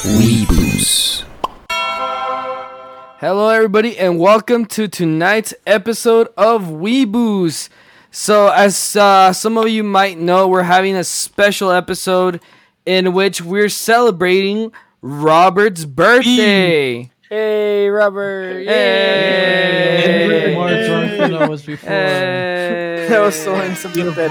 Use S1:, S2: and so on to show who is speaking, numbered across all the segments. S1: Weeboos. Hello, everybody, and welcome to tonight's episode of Weeboos. So, as uh, some of you might know, we're having a special episode in which we're celebrating Robert's birthday.
S2: Hey, Robert.
S1: Hey.
S3: More drunk than I was before.
S1: Hey.
S2: That was so unsympathetic.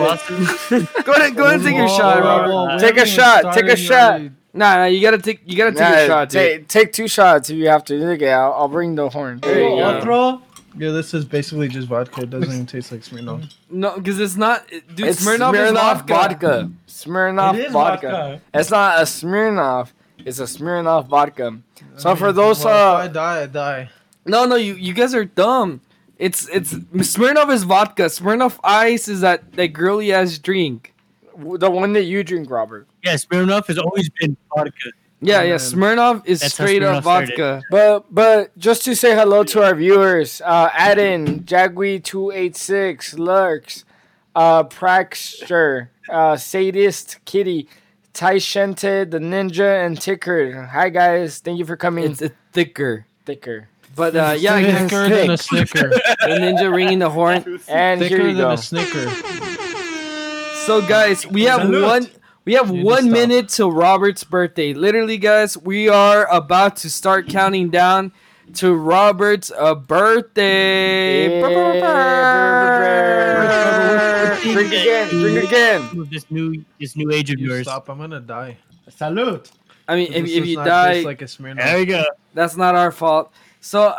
S1: Go ahead, go ahead and take your
S3: Whoa,
S1: shot,
S3: whoa,
S1: Robert.
S3: whoa, we
S2: Take a
S3: haven't even
S2: shot, take a
S3: started
S2: shot.
S3: yet.
S1: Nah, nah, you gotta take, you gotta take
S2: Nah,
S1: a shot, dude.
S2: take, take two shots if you have to. Okay, I'll, I'll bring the horn. There you
S1: Oh,
S2: go.
S3: Otro? Yeah, this is basically just vodka. It doesn't even taste like Smirnoff.
S1: No, because it's not, dude.
S2: It's
S1: Smirnoff, is vodka.
S2: Smirnoff
S3: It is
S2: vodka.
S3: vodka.
S2: It's not a Smirnoff. It's a Smirnoff vodka. So
S3: I
S2: for
S3: mean,
S2: those,
S3: well, if I
S2: uh,
S3: die, I die.
S1: No, no, you, you guys are dumb. It's it's Smirnoff is vodka. Smirnoff Ice is that that girly ass drink.
S2: the one that you drink, Robert.
S4: Yeah, Smirnoff has always been vodka.
S1: Yeah, yeah.
S3: Man.
S1: Smirnoff is
S4: Um, That's how
S1: straight up
S4: Smirnoff started.
S1: vodka.
S2: But but just to say hello to our viewers, uh, Aden, Jagwee286, Lurks, uh, Praxter, uh, Sadist Kitty, Taishente, the Ninja, and Ticker. Hi guys, thank you for coming.
S1: It's a thicker.
S2: Ticker.
S1: But uh, yeah, I guess
S3: thicker than a snicker.
S1: the ninja ringing the horn.
S2: And here
S3: thicker
S2: you
S3: than
S2: go.
S3: a snicker.
S1: So guys, we have
S3: Salute.
S1: one we have
S3: You need to
S1: one
S3: stop.
S1: minute till Robert's birthday. Literally, guys, we are about to start counting down to Robert's uh, birthday.
S2: Yeah. Drink again, drink again.
S4: With this new this new age of
S3: You
S4: yours.
S3: stop, I'm gonna die. Salute.
S1: I mean, if,
S3: This
S1: if
S3: does
S1: you
S3: not
S1: die,
S3: taste like a Smirnoff.
S4: There you go.
S1: That's not our fault. So uh,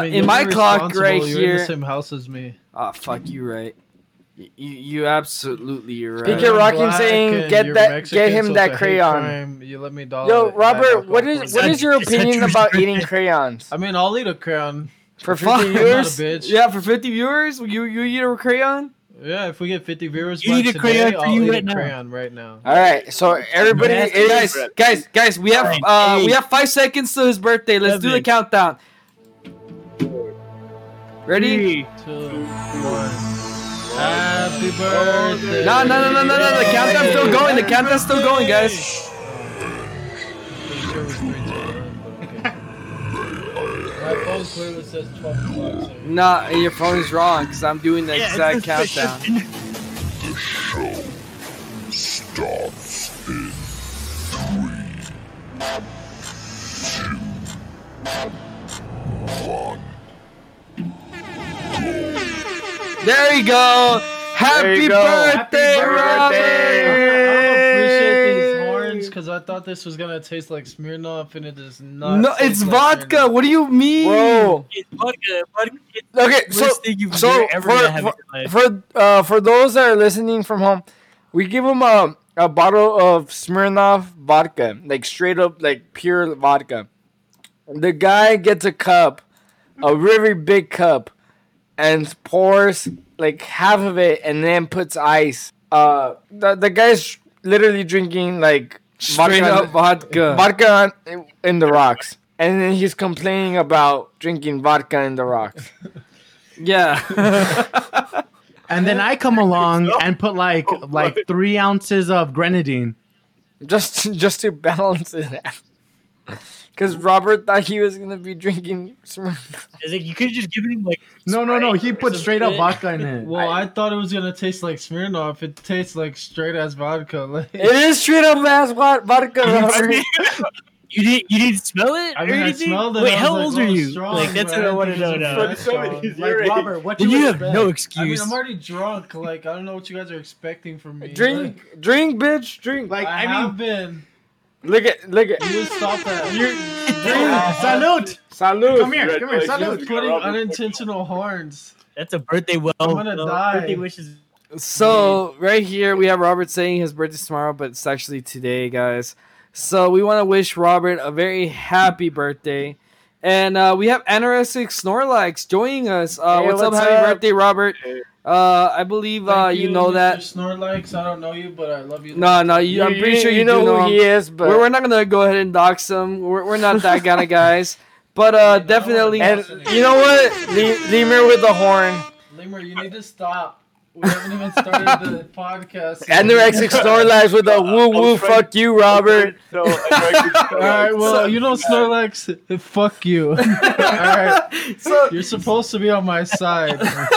S3: I mean,
S1: in
S3: you're
S1: my clock
S3: irresponsible.
S1: right
S3: You're in the
S1: here.
S3: same house as me.
S1: Oh fuck, you right. You you absolutely you're right.
S2: PK Rock- Rockin'
S3: Black
S2: saying,
S3: and
S2: "Get
S3: you're
S2: that-
S3: Mexican,
S2: get him
S3: so it's
S2: that
S3: a hate
S2: crayon."
S3: crime. You let me dollar.
S2: Yo,
S3: it, and I
S2: Robert,
S3: back
S2: what
S3: off
S2: is
S3: for
S2: what
S3: it.
S2: is your opinion about eating crayons?
S3: I mean, I'll eat a crayon.
S2: For
S1: Fuck.
S2: 50
S3: not a
S2: years?
S3: bitch.
S1: Yeah, for 50 viewers, you you eat a crayon?
S3: Yeah, if we get 50 viewers,
S4: You
S3: by
S4: need a
S3: today,
S4: crayon for
S3: I'll
S4: you
S3: eat
S4: right
S3: a
S4: now.
S3: crayon right now.
S2: All right, so everybody,
S4: Yes,
S2: it is-
S1: Guys, guys, guys, we have
S4: Nine,
S1: uh we
S4: eight,
S1: have 5 seconds to his birthday. Let's do the
S4: seven,
S1: countdown. Ready?
S4: Three.
S3: Two, one. Happy birthday.
S1: No, no, no, no, no, no. The countdown's still going. The countdown's still going, guys.
S3: Pretty sure it was three to one, but okay. My phone clearly says 12 o'clock. so-
S1: Nah, your phone is wrong cuz I'm doing the
S4: Yeah,
S1: exact
S4: it's just-
S1: countdown. There you go. Happy
S2: There you go.
S1: birthday,
S2: Happy
S1: Robert.
S3: I don't appreciate these horns because I thought this was gonna taste like Smirnoff, and it does not.
S1: No,
S3: taste
S1: it's
S3: like
S1: vodka.
S3: Smirnoff.
S1: What do you mean?
S2: Whoa.
S4: It's vodka. Vodka. It's the
S2: Okay,
S4: worst
S2: so
S4: thing you've
S2: so
S4: you're ever
S2: for-
S4: gonna have in your life.
S2: for uh, for those that are listening from home, we give them a, a bottle of Smirnoff vodka, like straight up like pure vodka. The guy gets a cup, a really big cup, and pours like half of it, and then puts ice. Uh, the the guy's literally drinking like
S1: Straight
S2: vodka,
S1: up vodka.
S2: vodka on- in the rocks, and then he's complaining about drinking vodka in the rocks.
S1: Yeah.
S5: And then I come along and put like like three ounces of grenadine.
S2: just just to balance it out. Because Robert thought he was gonna be drinking Smirnoff.
S4: It's like you could have just given him like.
S5: No, no, no. He put
S3: It's a
S5: straight up
S3: bit-
S5: vodka in it.
S3: Well, I, thought it was gonna taste like Smirnoff. It tastes like straight ass vodka. Like,
S2: It is straight up ass wa- vodka, Robert.
S4: You didn't. You didn't smell it.
S3: I
S4: or
S3: mean, I
S4: anything?
S3: smelled it.
S4: Wait,
S3: I was
S4: how
S3: like,
S4: old
S3: "Oh,
S4: are you?
S3: strong,
S4: like that's
S3: but
S4: what I want to
S3: think
S4: know
S3: it's
S4: now.
S6: From
S3: really
S6: so many
S3: strong." Like
S6: years.
S3: Robert, what
S4: But you have
S3: expect?
S4: no
S3: I mean,
S4: excuse.
S3: I'm already drunk. Like, I don't know what you guys are expecting from me.
S2: drink, drink, bitch, drink.
S3: Like,
S5: Like,
S3: I,
S5: I mean-
S3: have been.
S2: Look at, look at.
S3: You just stop that.
S2: You,
S5: Salute!
S2: salute.
S5: Come here, come here,
S3: You're
S5: salute!
S3: putting unintentional horns.
S4: that's a birthday well.
S3: I'm gonna
S4: well,
S3: die.
S4: Birthday wishes.
S1: so right here we have Robert saying his birthday's tomorrow, but it's actually today, guys. So we want to wish Robert a very happy birthday. And uh, we have anorexic Snorlax joining us. Uh,
S2: Hey,
S1: what's, up?
S2: what's
S1: Happy
S2: up?
S1: birthday, Robert.
S6: Hey.
S1: Uh, I believe uh,
S3: Thank
S1: you, know
S3: Mr.
S1: that.
S3: Snorlax, I don't know you, but I love you.
S1: No, no, you, I'm pretty sure you,
S2: know,
S1: do know
S2: who
S1: him.
S2: he is, but
S1: we're, we're not gonna go ahead and dox them. We're, we're not that kind of guys. But uh, definitely,
S2: and you know what? Le- Lemur with the horn.
S3: Lemur, you need to stop. We haven't even started the podcast. yet.
S2: Anorexic Snore Lives with a woo
S5: Oh,
S2: woo. Fuck you, Robert.
S7: So, anorexic
S3: All right,
S7: steroids.
S3: well, you know, Snorlax, fuck you. All right,
S1: So
S3: you're supposed to be on my side. You're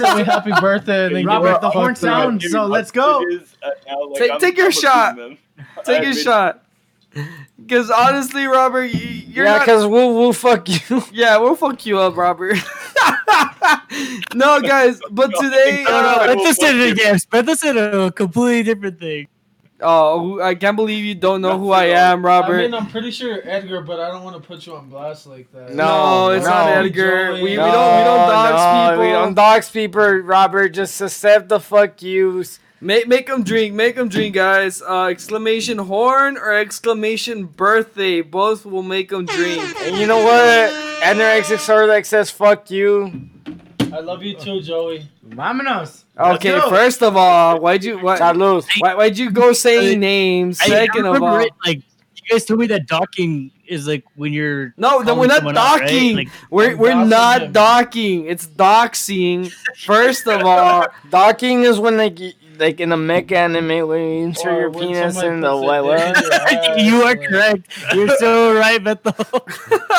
S3: gonna be happy birthday and then
S5: Robert,
S3: get
S5: the
S3: the
S5: horn's down.
S7: Giving
S5: So let's go.
S7: hostages, uh, now, like,
S1: Take-
S7: I'm
S1: take your
S7: publishing
S1: shot.
S7: them.
S1: take
S7: I've
S1: a
S7: been-
S1: shot. Because honestly, Robert, you, you're
S2: yeah,
S1: not.
S2: because woo woo. Fuck you.
S1: Yeah, we'll fuck you up, Robert. no, guys, but today.
S7: No, no,
S1: Uh,
S7: no.
S4: But this is a yes, but this is a completely different thing.
S1: oh, I can't believe you don't know who I
S7: That's-
S1: am, Robert.
S3: I mean, I'm pretty sure Edgar, but I don't want to put you on blast like that.
S1: no, it's
S2: No,
S1: not
S2: no.
S1: Edgar. We, we
S3: No,
S1: don't we don't dox people.
S2: We don't dox people, Robert. Just accept the fuck yous.
S1: Make make them drink, make them drink, guys. Uh, exclamation horn or exclamation birthday, both will make them drink.
S2: And you know what? Anorexic Snorlax says fuck you.
S3: I love you too, Joey.
S5: Vamanos.
S1: Okay,
S5: Let's go.
S1: first of all, why'd you why,
S2: Salud.
S1: why would you go
S4: I-
S1: saying names?
S4: I- I
S1: Second of
S4: remember
S1: all,
S4: it, like you guys told me that docking is like when you're
S1: no, no,
S4: calling
S1: Oh, we're not
S4: someone out, right?
S1: docking.
S4: Like,
S1: We're
S3: I'm
S1: we're
S3: doxing
S1: not
S3: him.
S1: docking. It's doxing. First of all,
S2: Uh, Docking is when like y- like in a mech anime where you insert
S3: Or
S2: your
S3: when
S2: penis
S3: somebody
S2: in the
S3: puts
S2: wet
S3: it down
S2: wet.
S3: your ass,
S4: you are
S3: like-
S4: correct. You're so right, Bethel.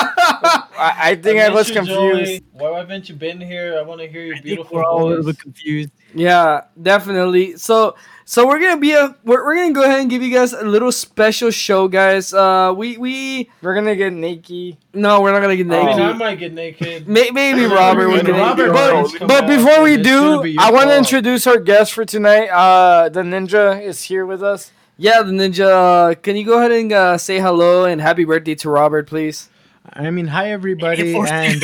S2: I, I think I,
S3: miss
S2: was
S3: you,
S2: confused.
S3: Joey. Why haven't you been here? I want to hear your
S4: I think
S3: beautiful
S4: we're all a
S3: voice.
S4: little bit confused.
S1: yeah, definitely. So so we're gonna be a we're, we're gonna go ahead and give you guys a little special show, guys. Uh, we we
S2: We're gonna get Nikki.
S1: no, we're not gonna get
S3: I mean,
S1: naked.
S3: I might get naked.
S1: May- maybe Robert would
S3: Oh, Maybe
S1: get
S3: Robert
S1: naked. But-
S3: would.
S7: But-
S2: But before we
S3: It's gonna be
S2: do,
S3: your
S2: I want to
S3: fault.
S2: introduce our guest for tonight. Uh, the ninja is here with us.
S1: Yeah, the ninja. uh, Can you go ahead and uh, say hello and happy birthday to Robert, please?
S5: I mean, hi
S4: Hey,
S5: everybody, and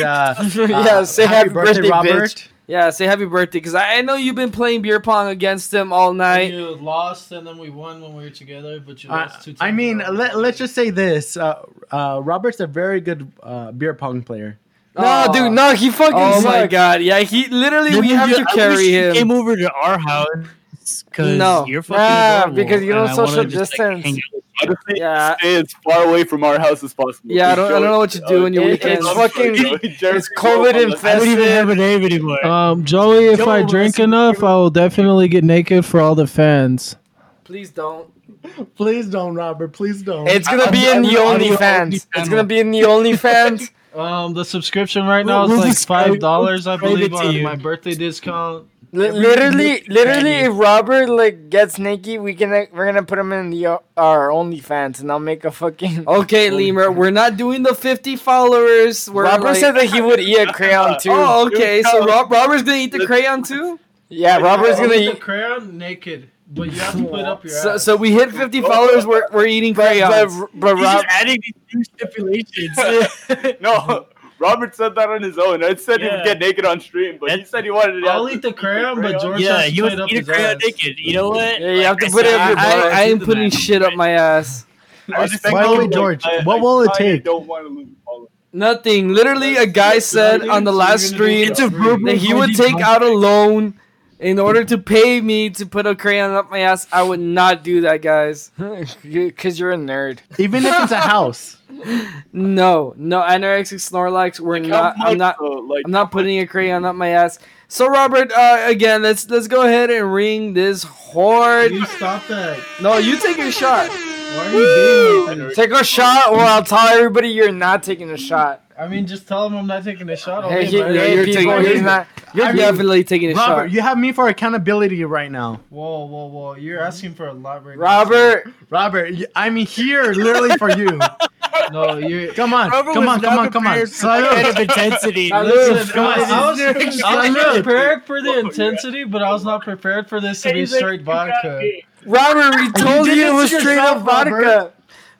S5: uh,
S2: Yeah, say happy birthday, bitch.
S1: Yeah, say happy birthday because I, I know you've been playing beer pong against him all night.
S3: you lost and then we won when we were together, but you
S5: Uh,
S3: lost two times.
S5: I mean,
S3: in a row.
S5: let, let's just say this: uh, uh, Robert's a very good uh, beer pong player.
S2: No,
S1: Aw.
S2: dude, no, he fucking
S1: Oh my
S2: sucks.
S1: god! Yeah, he literally we
S4: Dude,
S1: have to
S4: I wish
S1: carry
S4: you
S1: him.
S4: Came over to our house because
S1: No.
S4: you're fucking
S2: Nah,
S4: adorable,
S2: Ah, because you
S4: and
S2: don't
S4: I wanna
S2: social
S4: just, like, hang
S2: distance.
S4: out with
S7: I
S4: you.
S7: just think
S1: Yeah.
S7: stay as far away from our house as possible.
S1: Yeah, I don't- I don't know what you do on your
S7: It-
S2: weekends.
S7: I'm sorry,
S2: Fucking-
S7: Joey. Jeremy,
S2: it's COVID
S7: go on the-
S4: I don't even
S2: Festive.
S4: have a name anymore.
S2: Uh,
S3: Um, Joey, if I
S4: Joey,
S3: drink
S4: listen,
S3: enough, I will definitely get naked for all the fans.
S1: Please don't.
S5: Please don't, Robert. Please don't.
S2: It's gonna
S4: I-
S2: be
S4: I-
S2: in
S4: I-
S2: the
S4: I-
S2: OnlyFans.
S4: I-
S2: It's gonna be in the OnlyFans.
S3: Um, the subscription right
S4: We'll-
S3: now is
S4: we'll
S3: like
S4: describe-
S3: five dollars, I
S4: we'll describe
S3: believe,
S4: it to
S3: on
S4: you.
S3: my birthday discount.
S2: Li-
S4: Every
S2: literally,
S4: minute,
S2: literally,
S4: Randy.
S2: if Robert like gets Nikki, we can like, we're gonna put him in the uh, our OnlyFans, and I'll make a fucking.
S1: Okay, Lemur, we're not doing the fifty followers. We're
S2: Robert
S1: like-
S2: said that he would eat a crayon too.
S1: Oh, okay. So
S7: Dude,
S1: Rob, Robert's gonna eat the crayon too.
S2: yeah, Robert's
S3: I'll
S2: gonna
S3: get the
S2: eat.
S3: crayon naked, but you have to put up your
S1: So,
S3: ass.
S1: so we hit fifty followers. We're, we're eating
S2: But, but,
S1: crayons.
S2: but
S4: He's just
S2: Rob,
S4: adding these new stipulations.
S7: No, Robert said that on his own. I said he
S4: Yeah.
S7: would get naked on stream, but he
S4: That's-
S7: said he wanted to.
S3: I'll
S7: have
S3: eat
S7: to
S3: the crayon, but George
S4: yeah,
S3: has to
S4: you
S3: put it
S4: would
S3: up
S4: eat a
S3: his
S4: crayon
S3: ass.
S4: naked. You know what?
S2: Yeah, you have to
S4: I
S2: put it
S4: said,
S2: up your
S4: I-
S2: butt.
S1: I, I am
S4: do
S1: putting
S4: that.
S1: shit up my ass.
S7: I just think
S5: By the way,
S7: I'm like,
S5: George,
S7: I-
S5: what
S7: I
S5: will it
S7: kinda
S5: take?
S7: Don't want to lose followers.
S1: Nothing. Literally, a guy said on the last stream
S4: It's a verbal
S1: that he would take out a loan in order to pay me to put a crayon up my ass. I would not do that, guys.
S2: because you're a nerd.
S5: Even if it's a house.
S1: No, no anorexic Snorlax. We're
S7: Like,
S1: not.
S7: how
S1: I'm not.
S7: much, though? like,
S1: I'm not putting a crayon up my ass. So Robert, uh, again, let's let's go ahead and ring this horde.
S3: You stop that.
S1: No, you take your shot.
S3: Why are you being like this?
S2: Take a shot, or I'll tell everybody you're not taking a shot.
S3: I mean, just tell him I'm not taking a shot.
S2: Hey,
S3: Okay,
S2: he,
S3: hey,
S1: yeah,
S2: hey,
S1: you're
S2: people,
S1: taking-
S2: he's not.
S1: You're
S5: I mean,
S1: definitely taking a
S5: Robert,
S1: shot.
S5: you have me for accountability right now.
S3: Whoa, whoa, whoa! You're asking for a lot right now.
S2: Robert,
S5: Robert, y- I'm here literally for you.
S3: No, you're.
S5: Come on,
S4: Robert
S5: come
S4: was
S5: on,
S4: not
S5: come on, come on.
S4: prepared for that kind of intensity.
S3: Listen,
S5: Come on,
S3: I, I was,
S4: this is-
S3: I was
S4: Look.
S3: prepared for the intensity, but I was not prepared for this to be
S4: He's like,
S3: straight
S4: "You got
S3: vodka.
S4: me."
S2: Robert, we told
S5: did
S2: you it
S5: this
S2: was
S5: to
S2: straight
S5: yourself,
S2: up vodka.
S5: Robert.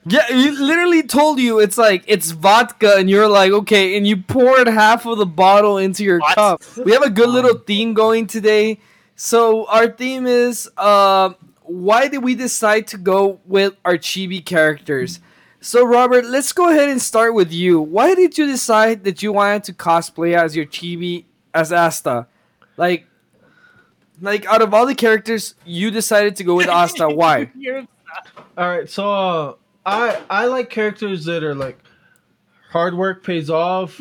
S1: Yeah, he literally told you it's like it's vodka, and you're like, okay, and you poured half of the bottle into your
S4: What?
S1: cup. We have a good little theme going today. So our theme is uh, why did we decide to go with our chibi characters? So Robert, let's go ahead and start with you. Why did you decide that you wanted to cosplay as your chibi as Asta? Like, like out of all the characters, you decided to go with Asta. Why?
S4: You're-
S3: All right, so uh, I I like characters that are like hard work pays off.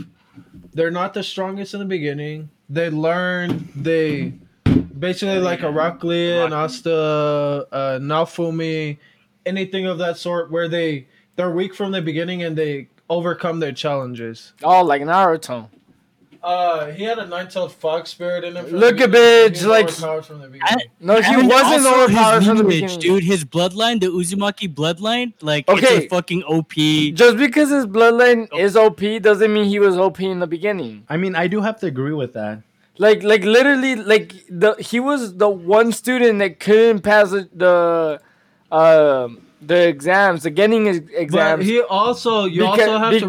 S3: They're not the strongest in the beginning. They learn. They basically like Heraclian, Asta, uh, Naofumi, anything of that sort, where they they're weak from the beginning and they overcome their challenges.
S2: Oh, like Naruto.
S3: Uh, he had a nine-tailed fox spirit in him. from
S2: Look
S3: the
S2: at
S3: beginning.
S2: bitch,
S3: He was
S2: like-
S3: overpowered from the beginning.
S2: No, he
S4: And
S2: wasn't
S4: also his
S2: overpowered from the
S4: lineage,
S2: beginning.
S4: dude. His bloodline, the Uzumaki bloodline, like it's
S2: Okay.
S4: a fucking OP.
S2: Just because his bloodline is OP doesn't mean he was OP in the beginning.
S8: I mean, I do have to agree with that.
S2: Like, like literally, like the he was the one student that couldn't pass the the, um the exams, the getting his
S3: But
S2: exams.
S3: he also you also have
S2: be-
S3: to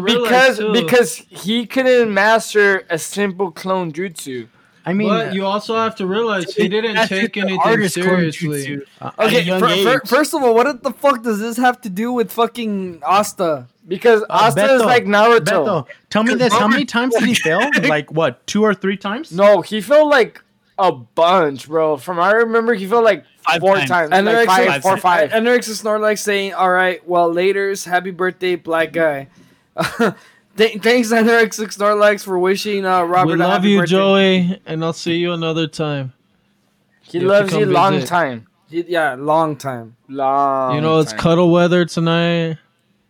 S2: because
S3: realize too,
S2: because he couldn't master a simple clone jutsu.
S8: I mean,
S3: but you also have to realize he didn't
S4: That's
S3: take
S4: the
S3: anything
S4: hardest clone
S3: seriously.
S4: jutsu. a
S1: Okay,
S4: young
S1: fir- fir-
S4: age.
S1: first of all, what the fuck does this have to do with fucking Asta?
S2: Because
S3: Uh,
S2: Asta is
S8: Beto,
S2: like Naruto.
S8: Beto, tell me this: How many times did he fail? Like what? Two or three times?
S2: No, he felt like a bunch, bro. From I remember, he felt like
S4: Five
S2: four
S4: times.
S2: times,
S1: And
S2: like
S1: they're actually-
S2: five, four,
S1: And
S2: five.
S1: Eric's Snorlax saying, "All right, well, later's happy birthday, black guy." Th- thanks, Eric's Snorlax, for wishing uh, Robert.
S3: we
S1: a
S3: love
S1: happy
S3: you,
S1: birthday.
S3: Joey, and I'll see you another time.
S2: He
S3: You have to
S2: loves you
S3: come
S2: long
S3: visit.
S2: time,
S1: Y- Yeah, long time.
S2: long.
S3: you know it's
S2: time.
S3: cuddle weather tonight.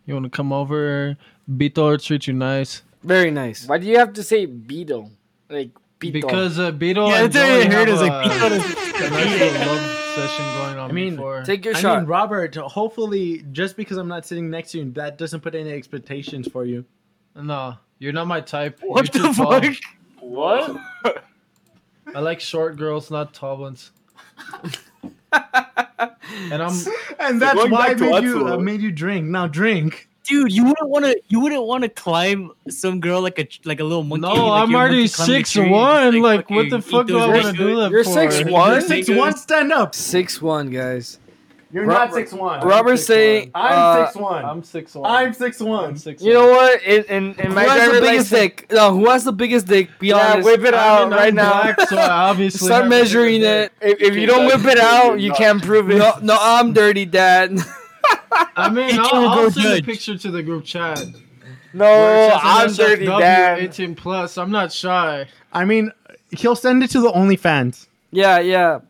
S3: You want to come over? Beto will treat you nice
S1: Very nice.
S2: Why do you have to say beetle? Like beetle.
S3: because uh, Beto
S8: Yeah,
S3: and
S8: that's what I
S3: Joey have
S8: heard, is
S3: a,
S8: like,
S3: a nice little love session going on.
S8: I mean,
S3: before.
S1: Take your
S8: I
S1: shot.
S8: mean, Robert. Hopefully, just because I'm not sitting next to you, that doesn't put any expectations for you.
S3: no, you're not my type.
S4: What
S3: You're too
S4: the
S3: tall.
S4: fuck?
S5: What?
S3: I like short girls, not tall ones. and I'm
S8: And
S5: So
S8: that's
S5: going
S8: why I
S5: back to
S8: made you
S5: Atsuo.
S8: uh, made you drink. Now drink.
S4: Dude, you wouldn't want to. You wouldn't want to climb some girl like a like a little monkey.
S3: no,
S4: like
S3: I'm
S4: you're a
S3: already
S4: monkey climbing a
S3: six
S4: tree,
S3: one.
S4: just,
S3: Like, what the
S4: fucking
S3: fuck
S4: eat
S3: do I
S4: those
S3: want to
S4: mangoes.
S3: do that
S2: You're
S3: for?
S2: six one?
S8: You're
S2: One?
S8: six one. Stand up.
S1: Six one, guys.
S8: You're
S1: Robert-
S8: not six one.
S1: Robert
S3: six
S1: saying,
S8: I'm
S1: uh,
S8: six one.
S3: I'm six one.
S8: I'm six one.
S3: I'm six.
S2: you know what? In, in, in
S1: "Who
S2: my
S1: has the
S2: driver's
S1: biggest
S2: license,
S1: dick? No, who has the biggest dick? Be
S2: Yeah,
S1: honest.
S2: whip it
S3: I
S2: out
S3: mean,
S2: right
S3: I'm
S2: now.
S3: black, so I obviously
S1: uh, Start
S3: have a
S1: measuring
S3: bigger dick.
S1: it.
S2: If, if you don't whip it out, you can't prove it.
S1: No, no, I'm dirty, Dad.
S3: I mean,
S4: You
S3: I'll,
S4: can't
S3: I'll
S4: go
S3: send
S4: judge.
S3: a picture to the group chat.
S2: No, Oh, I'm dirty, dad.
S3: 18 plus. I'm not shy.
S8: I mean, he'll send it to the OnlyFans.
S1: yeah, yeah.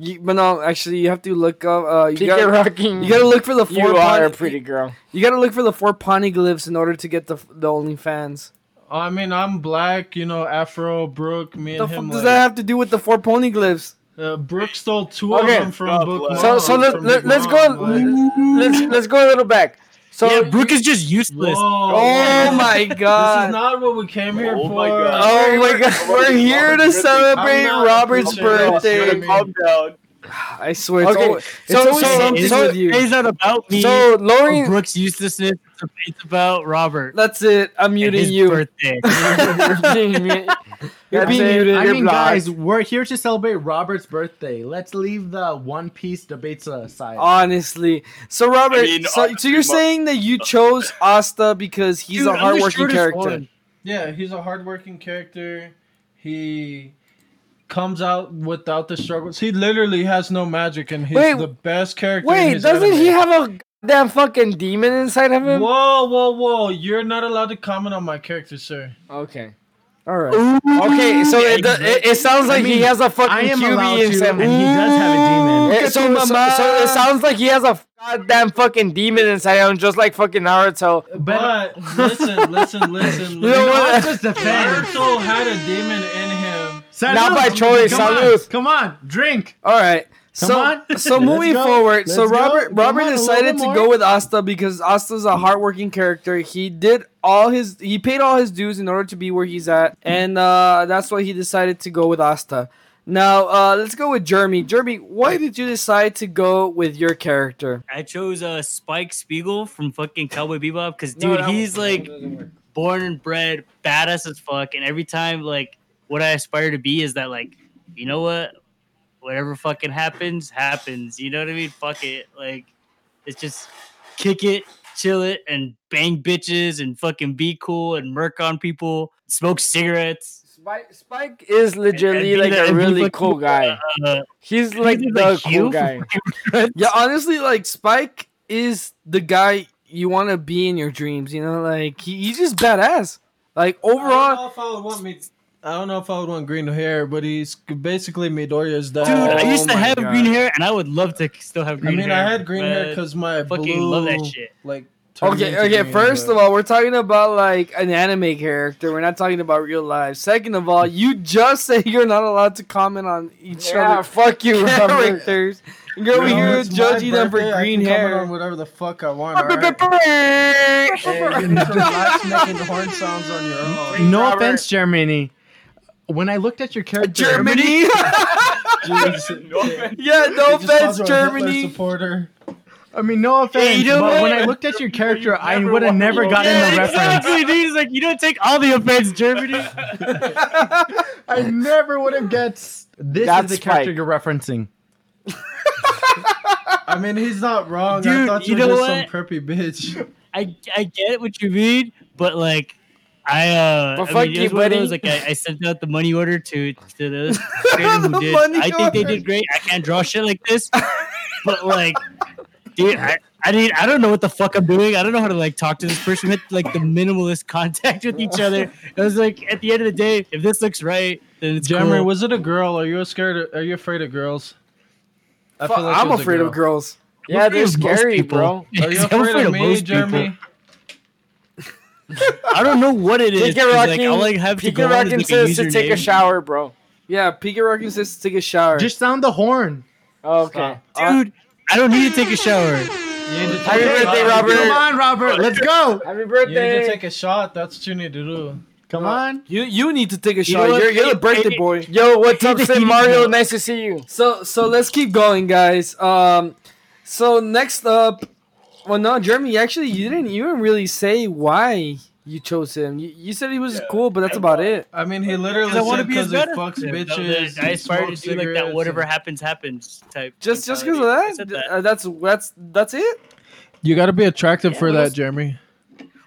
S1: You, but no, actually, you have to look up. Uh, you,
S2: Pick it
S1: gotta,
S2: rocking.
S1: you gotta look for the
S2: You
S1: four.
S2: are a
S1: pon-
S2: pretty girl.
S1: You gotta look for the four poneglyphs in order to get the the OnlyFans.
S3: I mean, I'm black, you know, Afro, Brooke, me and
S1: The fuck
S3: him.
S1: does
S3: like,
S1: that have to do with the four poneglyphs?
S3: uh, Brooke stole two
S2: Okay.
S3: of them from
S5: God
S3: Book
S5: bless.
S2: So, so
S3: Mom,
S2: let,
S3: from
S2: let,
S3: Big
S2: let's go.
S3: Mom, like,
S2: Let's let's go a little back. So
S4: Yeah, Brooke is just useless.
S3: whoa,
S1: Oh
S3: whoa.
S1: my
S3: This
S1: god!
S3: is not what we came here
S5: Oh
S3: for.
S5: my God.
S1: oh my god! We're here to
S2: Oh,
S1: celebrate
S3: I'm not Um,
S1: Robert's
S3: appreciative.
S1: birthday.
S3: Birthday.
S5: Calm down.
S1: I swear, it's
S2: Okay,
S1: always, it's
S2: so-
S1: always
S2: so-
S1: something
S4: so-
S1: with you.
S4: It's not about me.
S2: so
S4: or
S2: lowering
S4: Brooke's uselessness. It's ab- It's about Robert.
S1: That's it. I'm
S4: and
S1: muting
S4: his
S1: you.
S4: Birthday.
S2: You're
S1: being muted.
S8: I
S2: You're
S8: mean,
S2: blocked.
S8: guys, we're here to celebrate Robert's birthday. Let's leave the One Piece debates aside.
S1: Honestly, so Robert,
S5: I mean,
S1: so, so you're
S5: honestly,
S1: saying that you chose Asta because he's
S4: Dude,
S1: a
S4: I'm the
S1: hardworking
S4: shortest
S1: character.
S4: one.
S3: Yeah, he's a hardworking character. He comes out without the struggles. He literally has no magic, and he's
S2: Wait,
S3: the best character. in
S2: Wait,
S3: his
S2: doesn't
S3: anime.
S2: he have a damn fucking demon inside of him?
S3: Whoa, whoa, whoa! You're not allowed to comment on my character, sir.
S2: Okay.
S1: All right.
S2: Okay, so it, do- it, it sounds like he
S8: mean,
S2: has a
S8: I
S2: fucking
S8: am allowed
S2: QB
S8: to,
S2: inside
S8: and
S2: of
S8: he
S2: him.
S8: does have a demon.
S2: It- so, so, so it sounds like he has a goddamn fucking demon inside of him, just like fucking Naruto.
S3: But listen, listen, listen.
S2: You know
S3: listen.
S2: what?
S8: Just defend.
S3: Naruto had a demon in him.
S8: Salud.
S2: Not by choice,
S8: Come on,
S2: salud.
S8: come on, drink.
S1: All right.
S8: Come
S1: so
S8: on.
S1: so
S8: Let's
S1: moving
S8: go.
S1: forward, so
S8: Let's go.
S1: Robert
S8: Come
S1: Robert
S8: on, a little
S1: decided
S8: bit
S1: to
S8: more.
S1: go with Asta because Asta's a hardworking character. He did all his he paid all his dues in order to be where he's at, and uh, that's why he decided to go with Asta. Now uh, let's go with Jeremy. Jeremy, why did you decide to go with your character?
S4: I chose uh, Spike Spiegel from fucking Cowboy Bebop because dude, he's like born and bred badass as fuck, and every time like what I aspire to be is that like you know what, whatever fucking happens happens. You know what I mean? Fuck it, like it's just kick it, chill it, and bang bitches and fucking be cool and murk on people, smoke cigarettes.
S2: Spike, Spike is legitimately
S4: and
S2: like
S4: be the-
S2: a
S4: and be
S2: really
S4: fucking-
S2: cool guy.
S4: Uh,
S2: He's like
S4: he's
S2: the
S4: like
S2: cool
S4: you.
S2: guy.
S1: Yeah, honestly, like Spike is the guy you want to be in your dreams. You know, like he, he's just badass. Like
S3: I don't
S1: overall,
S3: know if I would want me I don't know if I would want green hair, but he's basically Midoriya's dad.
S4: Dude, I
S2: Oh
S4: used to
S2: my
S4: have
S2: God.
S4: green hair, and I would love to still have
S3: I
S4: green
S3: mean,
S4: hair.
S3: I had green hair
S4: but
S3: because my
S4: fucking
S3: blue,
S4: love that shit.
S3: Like turned
S1: Okay,
S3: into
S1: okay.
S3: green,
S1: First
S3: but-
S1: of all, we're talking about like an anime character. We're not talking about real life. Second of all, you just said you're not allowed to comment on each
S2: Yeah,
S1: other's
S2: fuck you, Robert.
S1: characters. And You're over
S3: No,
S1: here
S3: it's my
S1: judging them for
S3: birthday, I
S1: green
S3: can comment on
S1: hair.
S3: whatever the fuck I want. all right? Hey, you need to relax making horn sounds on your own.
S8: No
S2: Robert.
S8: offense, Germany. When I looked at your character,
S1: Germany.
S5: No offense.
S1: yeah, no
S3: You just called
S1: offense,
S3: her a Hitler
S1: Germany.
S3: supporter.
S8: I mean, no offense,
S1: you know
S8: but
S1: what?
S8: when I looked at your character, I
S5: never
S8: would have
S5: wanna
S8: never
S5: go-
S8: gotten
S1: Yeah,
S8: the reference.
S4: Exactly, dude. He's like, you don't take all the offense, Germany.
S8: I never would have guessed this
S2: That's
S8: is the character
S2: Spike.
S8: you're referencing.
S3: I mean, he's not wrong. I
S4: Dude,
S3: thought you,
S4: you
S3: were
S4: know
S3: just
S4: what?
S3: some preppy bitch.
S4: I, I get what you mean, but like, I uh,
S1: But
S4: I
S1: fuck
S4: mean,
S1: you,
S4: it was one of
S1: buddy.
S4: those, like, I, I sent out the money order to to those creator
S1: The
S4: who did.
S1: money
S4: I think they
S1: order.
S4: did great. I can't draw shit like this, but like, dude, I. I mean, I don't know what the fuck I'm doing. I don't know how to like talk to this person. We had like the minimalist contact with each other. I was like, at the end of the day, if this looks right, then it's
S3: Jeremy,
S4: cool.
S3: was it a girl? Are you scared? Of, are you afraid of girls? I
S1: Fuck, I'm
S3: it was a
S1: afraid
S3: girl.
S1: of girls.
S4: I'm
S1: Yeah,
S4: afraid
S1: they're
S4: of most
S1: scary,
S4: people.
S1: bro.
S3: Are you afraid,
S4: I'm afraid
S3: of
S4: of
S3: me,
S4: most people.
S3: Jeremy?
S4: I don't know what it is.
S1: Pick a
S4: 'cause,
S1: rocking,
S4: Like, all I have to
S1: pick
S4: go
S1: a
S4: on
S1: rocking
S4: is, like,
S1: says
S4: a
S1: to take a
S4: username.
S1: shower, bro. Yeah, Pika Rocking says to take a shower. Oh,
S8: Just sound the horn.
S1: okay.
S4: Dude, I don't need to take a shower.
S3: You need to
S1: Happy
S3: take a
S1: birthday,
S3: shot.
S1: Robert.
S8: Come on, Robert. Let's go.
S1: Happy
S3: You need to
S1: birthday.
S3: take a shot. That's what you need to do.
S8: Come on.
S1: You you need to take a
S4: You
S1: shot.
S4: know what?
S1: You're, you're the
S4: Hey,
S1: birthday
S4: hey,
S1: boy.
S2: Yo, what's up, Sid Mario? Nice to see you.
S1: So so let's keep going, guys. Um, so next up, well, no, Jeremy. Actually, you didn't you didn't really say why you chose him. You, you said he was cool, but that's about it.
S3: I mean, he literally
S4: Because I want to
S3: said
S4: be his
S3: because he
S4: better.
S3: fucks
S4: friend.
S3: bitches.
S4: I
S3: he
S4: aspire to
S3: smokes
S4: do like
S3: cigarettes,
S4: that.
S3: and-
S4: Whatever happens, happens type.
S1: Just just because of
S4: mentality. I
S1: that,
S4: said that.
S1: Uh, that's that's that's it.
S3: You got to be attractive
S4: Yeah,
S3: for
S4: what
S3: that,
S4: else-
S3: Jeremy.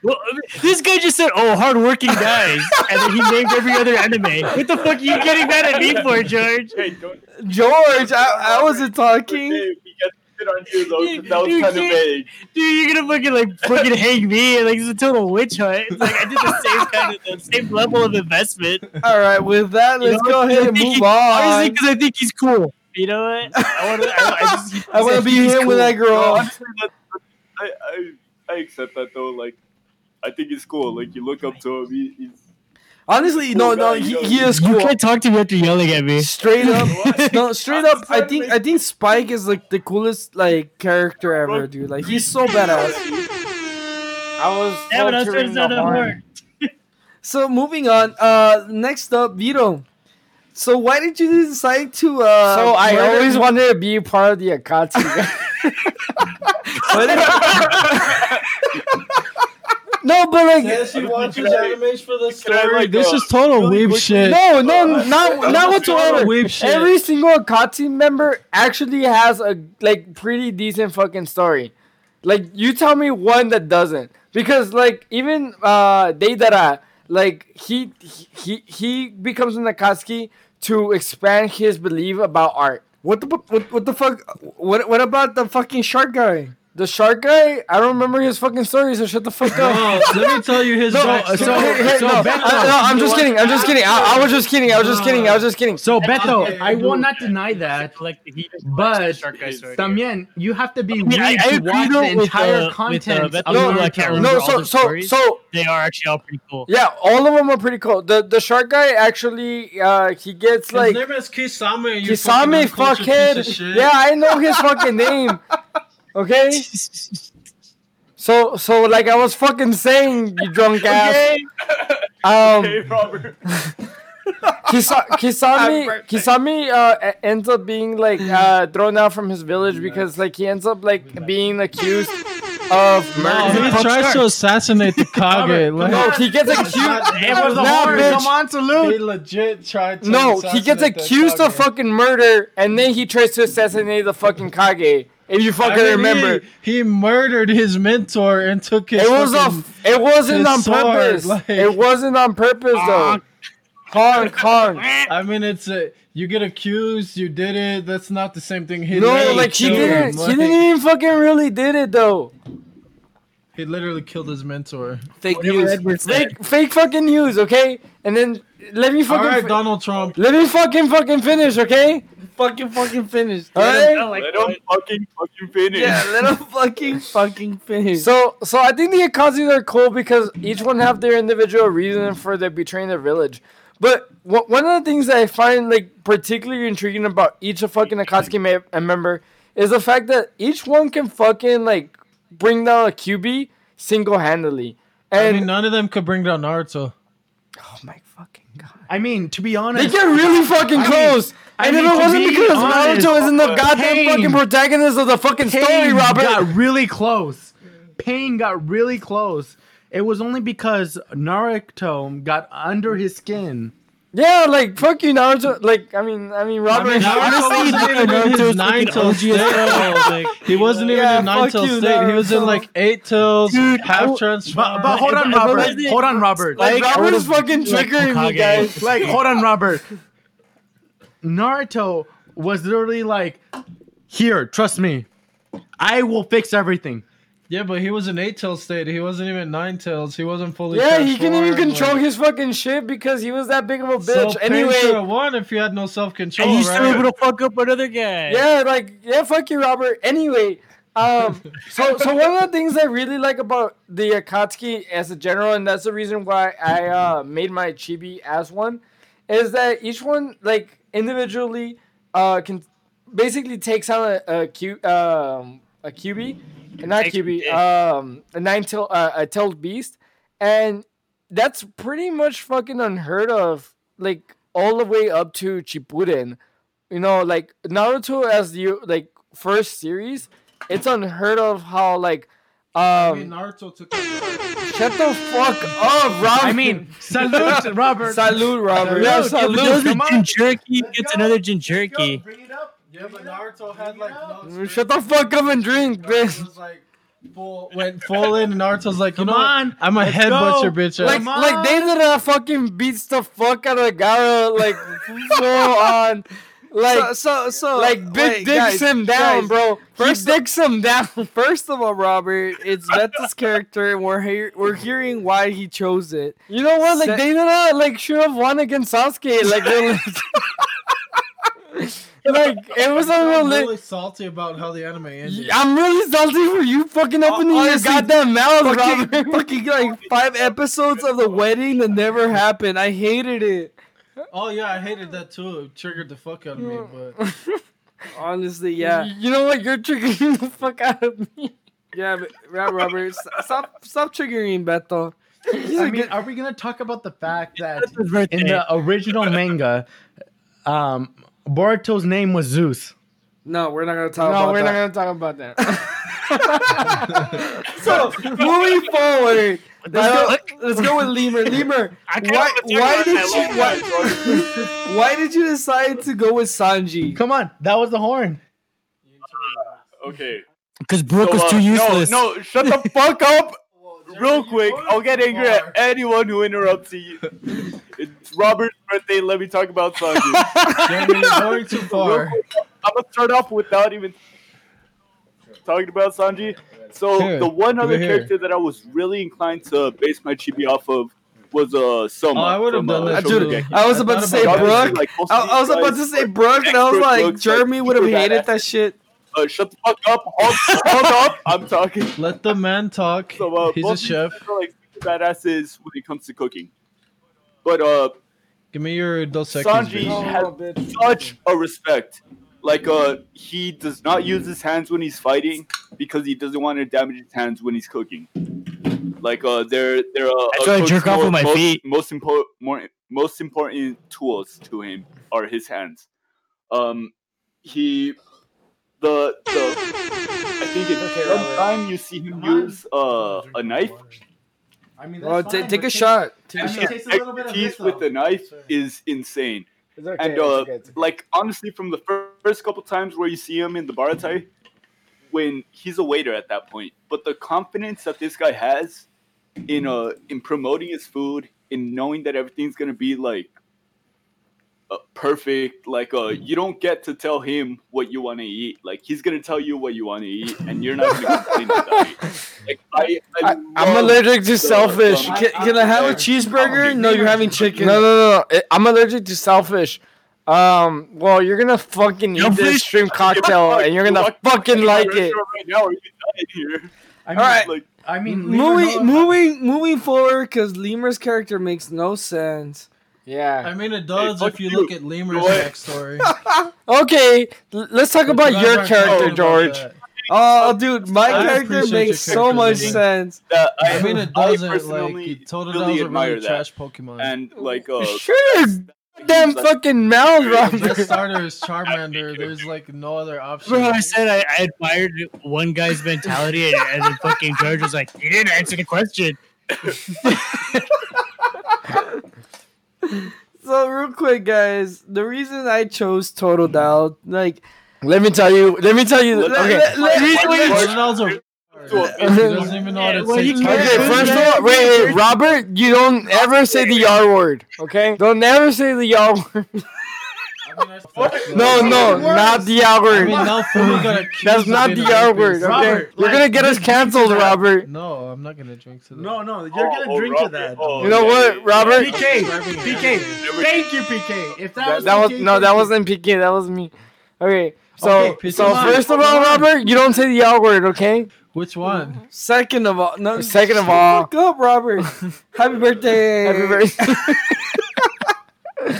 S4: Well, I mean, this guy just said, "Oh, hardworking guys," and then he named every other anime. What the fuck are you getting mad at me for, George?
S5: Hey, don't
S1: George, I, I wasn't talking.
S5: Dave, he gets shit on you though. 'cause That
S4: You
S5: was kind of
S4: can't-
S5: vague.
S4: Dude, you're gonna fucking like fucking hang me, and like it's a total witch hunt. It's like I did the same kind of the same level of investment.
S1: All right, with that,
S4: You
S1: let's
S4: know,
S1: go ahead and
S4: thinking-
S1: move
S4: Obviously,
S1: on.
S4: because Oh, I think he's cool. You know what? I want to. I, I just.
S1: I want to be
S4: he's
S1: him when I
S4: cool.
S1: grow
S5: No,
S1: up.
S5: honestly, that, that- I, I, I accept that though. Like, I think it's cool. Like, you look up to him. He, he's
S1: Honestly, no, no, he, he is
S4: You
S1: cool.
S4: can't talk to me after yelling at me.
S1: Straight up,
S5: What?
S1: no, straight up. I think I think Spike is like the coolest like character ever, dude. Like he's so badass.
S2: I was.
S4: Yeah, but I was trying to
S2: filtering
S4: sound
S2: the horn.
S4: hard.
S1: So moving on. Uh, next up, Vito. So why did you decide to? Uh,
S2: So I
S1: murder-
S2: always wanted to be part of the Akatsu. guy.
S1: Why did- no, but like,
S3: she
S5: watches animes
S3: for the
S5: Can I, story. like,
S3: this
S5: uh,
S3: is total
S5: really
S3: weeb
S5: quickly-
S3: shit.
S1: no, no, not not
S3: Total
S1: whatsoever.
S3: weeb shit.
S2: Oh. Every single Akatsu member actually has a like pretty decent fucking story. Like you tell me one that doesn't, because like even uh Deidara, like he he he becomes an Akatsuki to expand his belief about art.
S1: What the bu- what, what the fuck? What what about the fucking shark guy?
S2: The shark guy, I don't remember his fucking story, so shut the fuck up.
S3: No, let me tell you his.
S2: No,
S1: uh,
S3: so, so,
S2: hey, hey,
S3: so
S2: no,
S3: Beto,
S2: I, no, I'm just kidding. I'm just kidding. I, I was just kidding. I was just kidding. I was just kidding.
S8: So, Beto,
S3: okay,
S8: I will
S3: dude.
S8: not deny that.
S4: Like, he just
S8: But-
S4: likes the shark guy story.
S8: También, you have to be
S4: I mean, I-
S8: weeb
S4: I
S8: to
S4: agree,
S8: watch
S4: though, with,
S8: the
S4: uh,
S8: entire
S4: with, uh,
S8: content.
S4: Beto,
S8: of
S4: no,
S8: Naruto.
S4: I can't remember.
S2: No,
S4: all
S2: so
S4: the
S2: so
S4: stories?
S2: so
S4: They are actually all pretty cool.
S2: yeah, all of them are pretty cool. The the shark guy actually uh he gets like
S3: his name is Kisame. You
S2: Kisame
S3: fucking uncultured piece of
S2: fuckhead.
S3: shit.
S2: Yeah, I know his fucking name. Okay? So so like I was fucking saying, you drunk ass.
S5: hey,
S2: Um
S5: Robert.
S2: Kisa- Kisame Kisame uh e- ends up being like uh thrown out from his village because like he ends up like being accused of
S3: No,
S2: murder.
S3: he tries to assassinate the Kage. like,
S2: No, he gets accused
S8: It was a
S2: Nah,
S8: horn.
S2: bitch.
S8: Come on,
S3: He
S8: salute.
S3: legit tried to.
S2: No, he gets
S3: assassinate the
S2: accused of
S3: Kage.
S2: fucking murder, and then he tries to assassinate the fucking Kage. If you
S3: I
S2: fucking
S3: mean,
S2: remember,
S3: He, he murdered his mentor and took his.
S2: it was
S3: fucking-
S2: off. It wasn't
S3: his
S2: on
S3: sword,
S2: purpose.
S3: like-
S2: It wasn't on purpose though. Honk, honk.
S3: I mean, it's a. You get accused. You did it. That's not the same thing. He
S2: No,
S3: literally
S2: like he
S3: killed him,
S2: didn't. He
S3: like-
S2: didn't even fucking really did it though.
S3: He He literally killed his mentor.
S1: Fake
S2: Whatever
S1: news.
S2: Edward said. Fake, fake fucking news, okay? And then let me
S3: All
S2: fucking
S3: right, Donald Trump.
S2: let me fucking fucking finish, okay?
S1: Fucking fucking finish.
S2: All right.
S5: Let him fucking fucking finish.
S1: Yeah, let him fucking fucking finish.
S2: So, so I think the Akazi are cool because each one have their individual reason for their betraying their village. But wha- one of the things that I find like particularly intriguing about each of fucking Akatsuki ma- member is the fact that each one can fucking like bring down a QB single handedly.
S3: I
S2: And
S3: mean, none of them could bring down Naruto.
S2: oh my fucking god,
S8: I mean, to be
S2: they
S8: honest,
S2: get really fucking
S8: I mean-
S2: close.
S8: I
S2: and
S8: mean,
S2: if it
S8: to
S2: wasn't
S8: be
S2: because
S8: honest, uh,
S2: Naruto isn't the goddamn
S8: Pain-
S2: fucking protagonist of the fucking story,
S8: Payne
S2: Robert.
S8: got really close. Pain got really close. It was only because Naruto got under his skin.
S2: Yeah, like fuck you, Naruto. Like I mean, I mean, Robert.
S3: I mean, Naruto wasn't even in his nine tail state. Like, he wasn't even
S2: Yeah,
S3: in
S2: fuck
S3: nine tail
S2: you,
S3: state. He was in
S2: Naruto.
S3: like eight tails,
S8: Dude, I
S3: half
S8: w-
S3: transformed.
S8: But, but hold on,
S4: if I
S8: Robert.
S4: wasn't-
S8: Hold on, Robert.
S2: Like,
S8: Like,
S2: Robert is fucking triggering me,
S4: Hokage.
S2: guys.
S8: like, hold on, Robert. Naruto was literally like, "Here, trust me, I will fix everything."
S3: Yeah, but he was in eight tail state. He wasn't even nine tails. He wasn't fully.
S2: Yeah, he couldn't even
S3: transformed,
S2: control
S3: like-
S2: his fucking shit because he was that big of a bitch.
S3: So should
S2: anyway,
S3: have won if you had no self control.
S4: and you
S3: right?
S4: still able to fuck up another guy.
S2: yeah, like yeah, fuck you, Robert. Anyway, um, so so one of the things I really like about the Akatsuki as a general, and that's the reason why I uh, made my chibi as one, is that each one like individually uh can basically takes out a, a Q um a QB, not
S4: Takes-
S2: QB, um a nine tail uh, a tailed beast, and that's pretty much fucking unheard of. Like all the way up to Chipuden, you know, like Naruto as the like first series, it's unheard of how like
S3: I mean,
S2: um
S3: Naruto took.
S2: shut the fuck up, Robert.
S8: I mean, salute, Robert.
S2: salute, Robert. Yeah,
S8: Salute.
S4: If
S2: salute.
S4: there's a
S8: come on.
S4: Jinchuriki gets another Jinchuriki.
S3: Bring it up. Yeah, but Naruto had like no.
S2: Shut the fuck up and drink, bitch.
S3: Full, went full in, and Naruto's like, you
S8: Come
S3: know what?
S8: on,
S3: I'm a
S8: let's
S3: head
S8: go.
S3: butcher, bitch.
S2: Like,
S8: Come
S2: like they did not fucking beats the fuck out of Gara, like full on,
S1: So
S2: like,
S1: so, so
S2: like big
S1: wait,
S2: dicks
S1: guys,
S2: him down,
S1: guys.
S2: bro.
S1: first
S2: he dicks him down.
S1: First of all, Robert, it's Veta's character, and we're hear- we're hearing why he chose it.
S2: You know what? Like
S1: Se-
S2: they did not like should have won against Sasuke. Like, they, like it was
S3: I'm
S2: unrealistic.
S3: really salty about how the anime ended.
S2: I'm really salty for you fucking opening your
S1: honestly,
S2: goddamn mouth, Robert.
S1: Fucking, fucking like five episodes of the wedding that never happened. I hated it.
S3: Oh yeah, I hated that too. It triggered the fuck out of me. But
S1: Honestly, yeah,
S2: You know what? You're triggering the fuck out of me.
S1: yeah, but, yeah, Robert, s- stop stop triggering Beto. He's a
S8: I mean,
S1: good-
S8: are we gonna talk about the fact that
S4: That's his birthday.
S8: in the original manga, um, Boruto's name was Zeus?
S1: no, we're not gonna
S2: No,
S1: talk about
S2: we're
S1: that.
S2: not gonna talk about that.
S1: So moving forward, let's go, let's go with Lemur. Lemur,
S4: I can't
S1: why,
S4: even talk
S1: why
S4: about
S1: did
S4: that
S1: you why,
S4: long
S1: why did you decide to go with Sanji?
S8: Come on, that was the horn.
S5: Okay.
S4: Because Brooke
S5: So,
S4: was
S5: uh,
S4: too useless.
S5: No, no, shut the fuck up. Real quick, I'll get angry at anyone who interrupts you. It's Robert's birthday. Let me talk about something.
S3: Jeremy, you're going too
S5: Real
S3: far.
S5: quick, I'm gonna start off without even talking about Sanji. So
S3: Here,
S5: the one
S3: over
S5: other
S3: here.
S5: character that I was really inclined to base my chibi off of was uh Soma.
S3: Oh, I would have
S5: from,
S3: done
S5: uh,
S3: that.
S1: Dude,
S3: too.
S1: I was
S3: I
S1: about to
S3: thought
S1: say
S3: about that.
S1: Brooke. I, I was about to say Brooke, and I was
S5: expert
S1: like,
S5: looks like
S1: Jeremy would have
S5: super
S1: hated
S5: badass.
S1: that shit.
S5: Uh, shut the fuck up! Hold, hold up! I'm talking.
S3: Let the man talk.
S5: So uh,
S3: He's
S5: both
S3: a
S5: of these
S3: chef.
S5: guys are, like super badasses when it comes to cooking. But uh,
S3: Give me your Dos Equis.
S5: Sanji
S3: bitch.
S5: has such a respect. Like uh, he does not use his hands when he's fighting because he doesn't want to damage his hands when he's cooking. Like uh, they're they're uh,
S4: I
S5: a
S4: try to
S5: cook's
S4: jerk off
S5: mo-
S4: with my
S5: most,
S4: feet.
S5: Most important, more, most important tools to him are his hands. Um, he the the I think it's one time you see him use uh a knife.
S8: I mean,
S1: Well, ta- take a shot. Take a
S8: I mean,
S1: shot.
S8: it takes a little bit of
S5: Expertise
S8: this,
S5: with
S8: though.
S5: the knife
S8: Sure.
S5: is insane.
S2: It's okay,
S5: And uh, like honestly, from the fir- first couple times where you see him in the baratai, when he's a waiter at that point, but the confidence that this guy has in uh in promoting his food, in knowing that everything's gonna be like uh, perfect. Like uh, you don't get to tell him what you want to eat. Like he's gonna tell you what you want to eat, and you're not gonna complain about it. Like, I, I
S2: I, I'm
S5: love-
S2: allergic to
S5: the-
S2: selfish.
S5: the-
S2: Can, can I have a
S3: Oh,
S2: cheeseburger? No, you're having chicken. No, no, no. I'm allergic to selfish. Um, well, you're gonna fucking eat this
S4: Selfish?
S2: stream cocktail, and you're gonna fucking like it.
S5: Right now, or you die here.
S8: I mean,
S1: All right.
S5: Like,
S8: I mean,
S3: Mm,
S8: leave her
S1: Moving,
S8: alone.
S1: moving, moving forward, because Lemur's character makes no sense.
S2: Yeah.
S3: I mean, it does
S5: fuck
S3: if you,
S5: you.
S3: look at Lemur's
S5: Go away.
S3: backstory.
S2: Okay, l- let's talk about
S3: That's
S2: your
S3: not
S2: character,
S3: talking about
S2: George.
S3: that.
S1: Oh, dude, my
S5: I
S1: character
S3: appreciate
S1: makes so
S3: your character,
S1: much
S3: Lemur.
S1: sense.
S5: that, I,
S3: I mean, it
S5: I
S3: doesn't. Like,
S5: personally
S3: it totally
S5: really
S3: does a
S5: admire
S3: really
S5: that.
S3: trash Pokemon.
S5: and like uh,
S2: Sure, damn
S5: like-
S2: fucking mouth,
S3: The best
S2: Robert.
S3: starter is Charmander. There's like no other option.
S4: Remember how I said I, I admired one guy's mentality, and, and then fucking George was like, "You didn't answer the question."
S1: So real quick, guys, the reason I chose Total Dial, like,
S2: Let me tell you. Let me tell you.
S5: Let-
S2: Okay.
S1: let- let-
S2: Here's
S1: let-
S2: what you-
S5: let-
S3: Ronaldo's a
S5: to
S3: he doesn't even know how to
S4: Well,
S3: say
S4: you can't-
S2: Okay,
S3: Charmander.
S2: first of all, wait, wait, Robert, you don't ever say the R word, okay? Don't ever say the R word.
S3: I mean, I-
S2: No, no, not the R
S3: I
S2: word.
S3: mean, now Fumi got accused
S2: That's
S3: of
S2: not
S3: being
S2: the
S3: a
S2: R
S3: rapist.
S2: word, okay?
S8: Robert,
S2: You're gonna get us canceled, Robert.
S3: No, I'm not gonna drink to that.
S8: No, no, you're gonna drink to that.
S5: Oh,
S2: You know what, Robert?
S8: PK, PK, thank you, PK. If that, was
S2: That was
S8: PK,
S2: no, that
S8: thank you.
S2: wasn't PK, that was me. Okay, so
S3: Okay,
S2: so
S3: come on,
S2: first of
S3: come
S2: all,
S3: on.
S2: Robert, you don't say the R word, okay?
S3: Which one?
S1: second of all, no,
S2: Second of
S1: shut the
S2: all-
S1: fuck up, Robert. Happy birthday.
S2: Happy birthday. and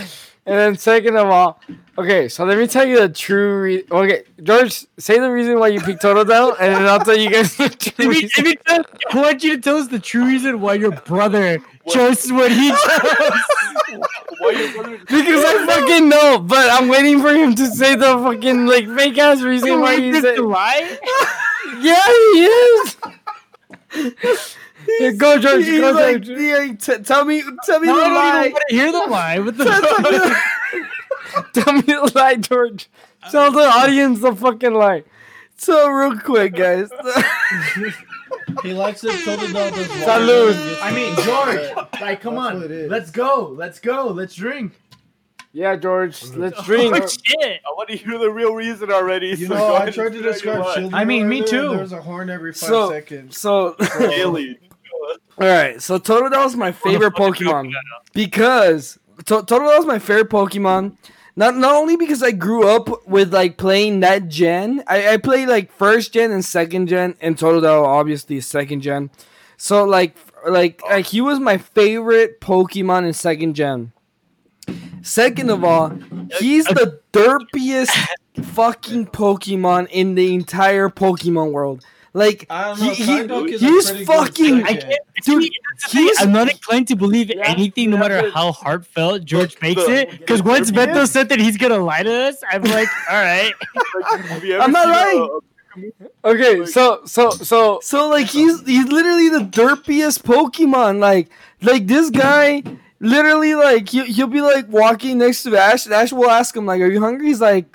S2: then second of all, okay, so let me tell you the true. Re- okay, George, say the reason why you picked Toto down, and then I'll tell you guys the true.
S4: Let me,
S2: reason.
S4: let me tell, I want you to tell us the true reason why your brother
S5: What?
S4: chose what he chose.
S5: Why your brother?
S2: Because I fucking know, but I'm waiting for him to say the fucking like fake ass reason why he said.
S4: lie?
S2: Yeah, he is. Here, go, George.
S1: He's
S2: Go,
S1: like,
S2: George.
S1: "Yeah, t- tell me, tell me
S4: No,
S1: the
S4: I don't
S1: lie.
S4: even want to hear the lie. What the fuck?
S2: Tell me the lie, George. Tell the audience the fucking lie.
S1: So real quick, guys.
S3: He likes it so the dog is
S2: Salud.
S8: I mean, George, like, come on,
S3: what it is.
S8: let's go, let's go, let's drink.
S2: Yeah, George. Let's drink.
S4: Oh, shit.
S5: I want to hear the real reason already.
S3: You
S5: so
S3: know,
S5: go
S3: I
S5: ahead
S3: tried to
S5: and say what you
S3: describe
S5: want.
S3: children.
S8: I mean, me
S3: earlier, and
S8: too.
S3: There's a horn every five
S1: So-
S3: seconds.
S1: so,
S5: Alien.
S1: all right. So Totodile is my favorite Pokemon. because to- Totodile is my favorite Pokemon. Not not only because I grew up with like playing that gen. I, I play like first gen and second gen, and Totodile obviously is second gen. So like f- like like he was my favorite Pokemon in second gen. Second of all, he's the derpiest fucking Pokemon in the entire Pokemon world. Like
S3: I don't
S1: he-
S3: know.
S1: he-
S3: Psyduck is a
S1: he's
S3: pretty good
S1: fucking-
S4: I
S3: second.
S4: can't,
S1: Dude,
S4: dude,
S1: he's-
S4: I'm not inclined to believe anything, no
S2: yeah,
S4: matter
S2: but-
S4: how heartfelt George makes
S5: the-
S4: it. Because once Beto said that he's gonna lie to us, I'm like, all right.
S5: Like, have you ever
S1: I'm not
S5: seen a-
S1: lying.
S2: Okay, so so so
S1: So like he's he's literally the derpiest Pokemon. Like like this guy literally like he, he'll be like walking next to Ash and Ash will ask him like are you hungry? He's like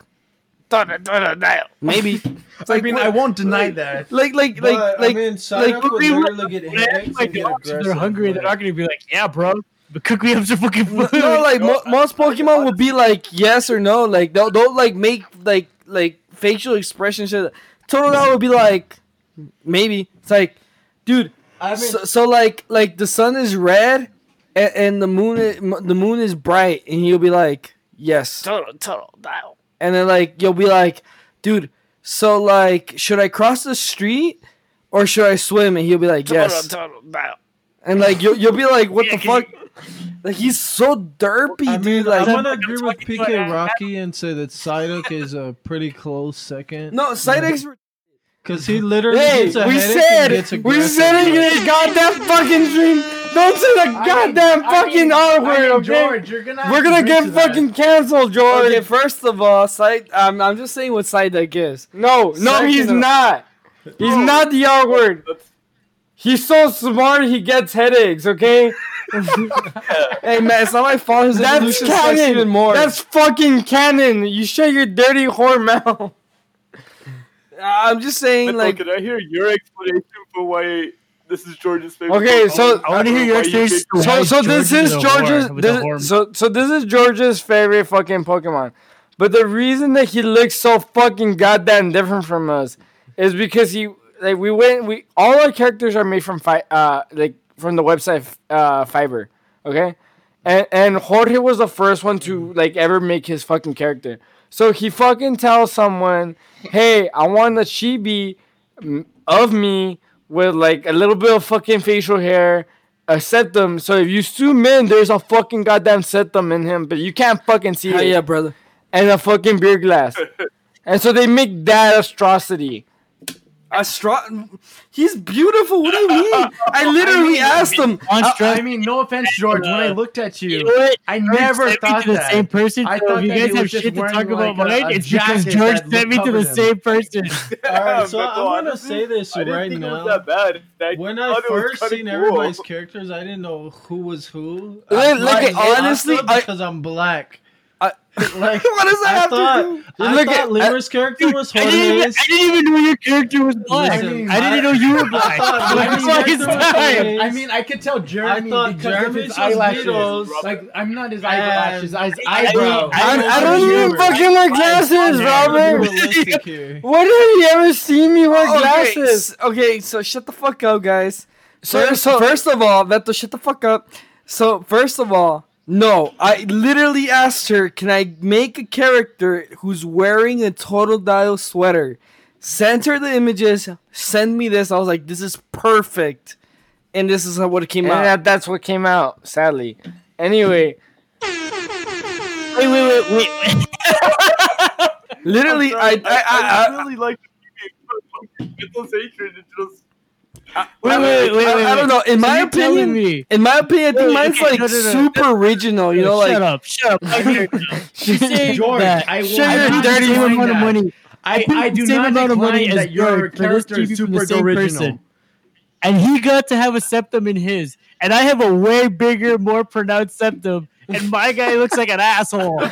S1: maybe. It's
S8: I
S1: like,
S8: mean,
S1: what-
S8: I won't deny that.
S1: like like
S3: But,
S1: like
S3: I
S1: like
S3: mean, Psyduck
S1: like-
S3: will
S4: we-
S3: literally get
S4: When I ask
S3: headaches
S4: my
S3: and get
S4: dogs if
S3: aggressive.
S4: they're hungry, they're not gonna be like, yeah, bro, but cook me up some fucking food.
S1: no like mo- most Pokemon will be like yes or no. Like they'll they'll like make like like facial expressions. shit. Totodile will be like maybe. It's like dude
S3: I mean,
S1: so, so like like the sun is red and, and the moon is, the moon is bright and you'll be like yes total total dial and then like you'll be like dude so like should i cross the street or should i swim and he'll be like yes and like you'll, you'll be like what the fuck like he's so derpy
S3: I
S1: dude
S3: mean,
S1: like
S3: I'm gonna agree with
S4: talking about
S3: PK
S4: that.
S3: Rocky and say that Psyduck is a pretty close second.
S1: no Psyduck's
S3: because he literally
S2: Hey,
S3: gets a
S2: we
S3: headache
S2: said-
S3: and gets
S2: we
S3: aggressive.
S2: said it in a goddamn fucking dream. Don't say the goddamn fucking R
S8: I mean,
S2: word, okay?
S8: George, you're gonna. have
S2: We're
S8: to
S2: gonna
S8: drink to
S2: get
S8: that.
S2: fucking canceled, George.
S1: okay first of all Psy- um, i'm just saying what Psyduck is
S2: No, no,
S1: Second
S2: he's
S1: of-
S2: not. He's not the R word. He's so smart he gets headaches, okay?
S1: hey man it's not my fault his
S2: That's
S1: evolution sucks
S2: canon.
S1: even more
S2: That's fucking canon. You shut your dirty whore mouth.
S1: i'm just saying
S5: Beto,
S1: like
S5: can I hear your explanation for why This is George's favorite.
S2: Okay,
S5: part.
S2: so
S4: I want to hear your
S5: Why you
S4: experience.
S5: picked-
S4: to
S2: so
S4: why
S2: so this
S4: George
S2: is
S4: a
S2: George's
S4: whore with a whore.
S2: this, so so this is George's favorite fucking Pokemon. But the reason that he looks so fucking goddamn different from us is because he like we went we all our characters are made from fi- uh like from the website uh Fiverr, okay? And and Jorge was the first one to like ever make his fucking character. So he fucking tells someone, "Hey, I want a chibi mm, of me with like a little bit of fucking facial hair, a septum. So if you zoom in, there's a fucking goddamn septum in him, but you can't fucking see
S1: Hell
S2: it.
S1: yeah, brother.
S2: And a fucking beer glass. and so they make that atrocity.
S1: Astro- he's beautiful. What do you mean? I literally asked him.
S8: I, I mean, no offense, George. When I looked at
S4: You
S8: you,
S4: know what?
S8: I
S4: George
S8: never
S4: sent me
S8: thought
S4: to the
S8: that.
S4: same person.
S8: I
S4: so
S8: thought
S4: if you
S8: that he
S4: guys
S8: was
S4: have
S8: just
S4: shit to
S8: wearing,
S4: talk about
S8: like, a-
S4: mine,
S8: a
S4: it's because
S8: jacket
S4: George
S8: that
S4: sent me to
S8: covered
S4: the
S8: him.
S4: same person.
S5: Yeah,
S3: All right, so
S5: but
S3: I'm gonna
S5: honestly,
S3: say this
S5: I didn't
S3: right
S5: think it was
S3: now.
S5: that bad. That
S3: When I
S5: thought it was
S3: first
S5: kinda
S3: seen
S5: cool.
S3: everybody's characters, I didn't know who was who.
S1: Like-
S3: I'm
S1: like,
S3: not
S1: honestly,
S3: Asta
S1: I-
S3: because I'm black.
S1: I-
S3: like,
S1: What does that
S3: I
S1: have
S3: thought,
S1: to do?
S3: I
S1: Look
S3: thought
S1: at-
S3: Limer's character was
S4: I didn't, even,
S3: Jorge's.
S4: I didn't even know your character was black.
S3: Listen,
S4: I didn't
S3: I-
S4: know you were
S3: I
S4: black.
S3: thought
S4: Like,
S3: Limer's
S4: fuck, it's
S3: character was
S4: time.
S3: Jorge's.
S8: I mean, I could tell Jeremy
S3: thought
S8: because
S3: Jeremy
S8: of his
S3: says
S8: eyelashes.
S3: Beatles.
S8: Like, I'm not his
S3: And-
S8: eyelashes, his
S4: I-
S8: eyebrow.
S4: I-
S1: I, I don't
S3: Robert.
S1: even fucking wear glasses,
S3: Yeah, we're
S1: Robert.
S3: realistic here.
S2: When have you ever seen me
S8: Oh,
S2: wear
S1: Oh, Okay,
S2: glasses?
S1: s- Okay, so shut the fuck up, guys.
S2: So-
S1: first,
S2: so-
S1: first of all, Beto, shut the fuck up. So first of all, no, I literally asked her, can I make a character who's wearing a total dial sweater? Sent her the images. Send me this. I was like, this is perfect, and this is how what it came
S2: And
S1: out.
S2: that, that's what came out, sadly. Anyway,
S4: Wait, wait, wait, wait, wait.
S1: literally,
S2: Oh,
S1: I,
S5: Sorry,
S1: I, I, I,
S5: really like people's hatred. It just
S4: Wait, wait, wait,
S1: I-
S4: wait,
S1: I don't
S4: wait.
S1: know. In
S4: So
S1: my
S4: you're telling
S1: opinion,
S4: me-
S1: in my opinion, I think
S4: Wait,
S1: mine's
S4: okay,
S1: like
S4: no, no, no.
S1: super original. You know,
S4: shut
S1: like
S4: up, shut up. I'm here. You're saying
S8: George,
S4: that.
S8: I will
S4: Shut
S8: not
S4: your dirty
S8: decline
S4: amount of
S8: that.
S4: money.
S8: I,
S4: paid
S8: I
S4: the
S8: do
S4: same
S8: not
S4: amount of money
S8: decline
S4: as
S8: that your
S4: George, but this
S8: character is
S4: TV from the
S8: super
S4: same
S8: original.
S4: person. And he got to have a septum in his, and I have a way bigger, more pronounced septum, and my guy looks like an asshole.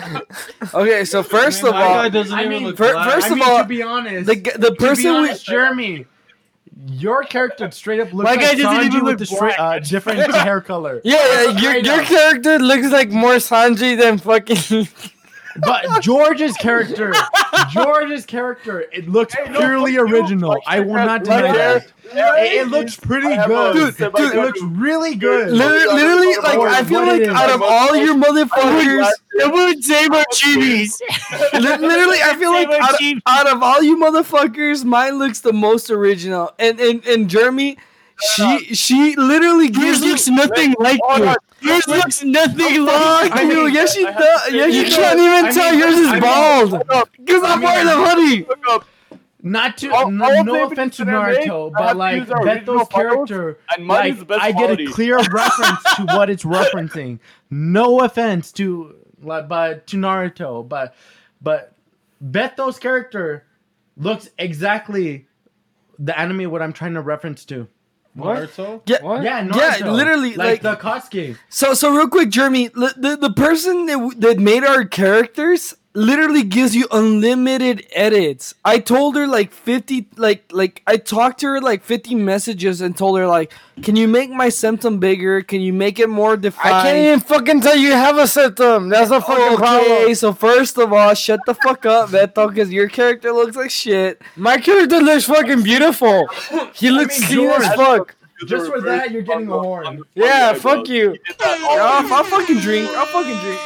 S1: okay. So first
S3: My
S1: of all,
S3: guy doesn't
S8: I
S3: even
S8: mean,
S3: look
S1: fir-
S3: black.
S1: first
S8: I
S1: of
S8: mean,
S1: all,
S8: to be honest,
S1: the g- the
S8: to be
S1: person we-
S8: honest, Jeremy, your character straight up looks
S4: My
S8: like
S4: guy doesn't
S8: Sanji
S4: even look
S8: with the straight, uh,
S4: black.
S8: different hair color.
S2: yeah, yeah, your,
S8: Straight
S2: your
S8: up.
S2: character looks like more Sanji than fucking.
S8: But George's character, George's character, it looks purely original. I will not
S5: Right
S8: deny
S5: there.
S8: that. It, it looks pretty
S5: I have
S8: good.
S5: a-
S8: Dude,
S5: Dude,
S8: it looks really good.
S1: Literally, literally, like I feel like out of all your motherfuckers,
S4: The moon saber cheaties.
S1: li- literally, I feel like out, of- out of all you motherfuckers, mine looks the most original. And and and Jeremy, she she literally
S4: Yours
S1: gives you.
S4: looks nothing like
S5: hold
S4: you.
S5: on.
S4: Yours looks nothing like
S1: Fuck
S8: I
S1: you!
S8: mean,
S1: Yes, she
S5: I have
S1: does.
S5: to
S1: Yeah,
S5: say-
S1: you
S8: You know,
S1: can't even
S8: I
S1: tell
S8: mean,
S1: yours is
S8: I mean-
S1: bald because I'm
S8: I
S1: wearing
S8: mean-
S1: a hoodie.
S5: Look up
S8: Not to
S5: All-
S8: no,
S5: all
S8: no
S5: the
S8: offense to
S5: images that I make,
S8: Naruto,
S5: I have
S8: but
S5: to
S8: like
S5: use our original
S8: Beto's
S5: photos,
S8: character,
S5: and mine is
S8: like,
S5: the best
S8: I get
S5: quality.
S8: a clear reference to what it's referencing. No offense to like, but to Naruto, but but Beto's character looks exactly the anime what I'm trying to reference to.
S3: Naruto?
S1: Yeah,
S2: What?
S8: Yeah, Naruto.
S1: Yeah, literally, like-
S8: the Kosuke.
S1: So so real quick, Jeremy, li- the, the person that, w- that made our characters literally gives you unlimited edits. I told her like 50 like like I talked to her like 50 messages and told her like, "Can you make my symptom bigger? Can you make it more
S2: I
S1: defined?"
S2: can't even fucking tell you have a symptom. That's a fucking
S1: Okay,
S2: problem.
S1: so first of all, shut the fuck up, Beto, because your character looks like shit.
S2: My character looks fucking beautiful. He looks
S8: mean,
S2: clean as
S8: George-
S2: fuck.
S8: Just for that, you're getting a horn.
S2: Yeah, fuck you.
S1: I'll, I'll fucking drink. I'll fucking drink.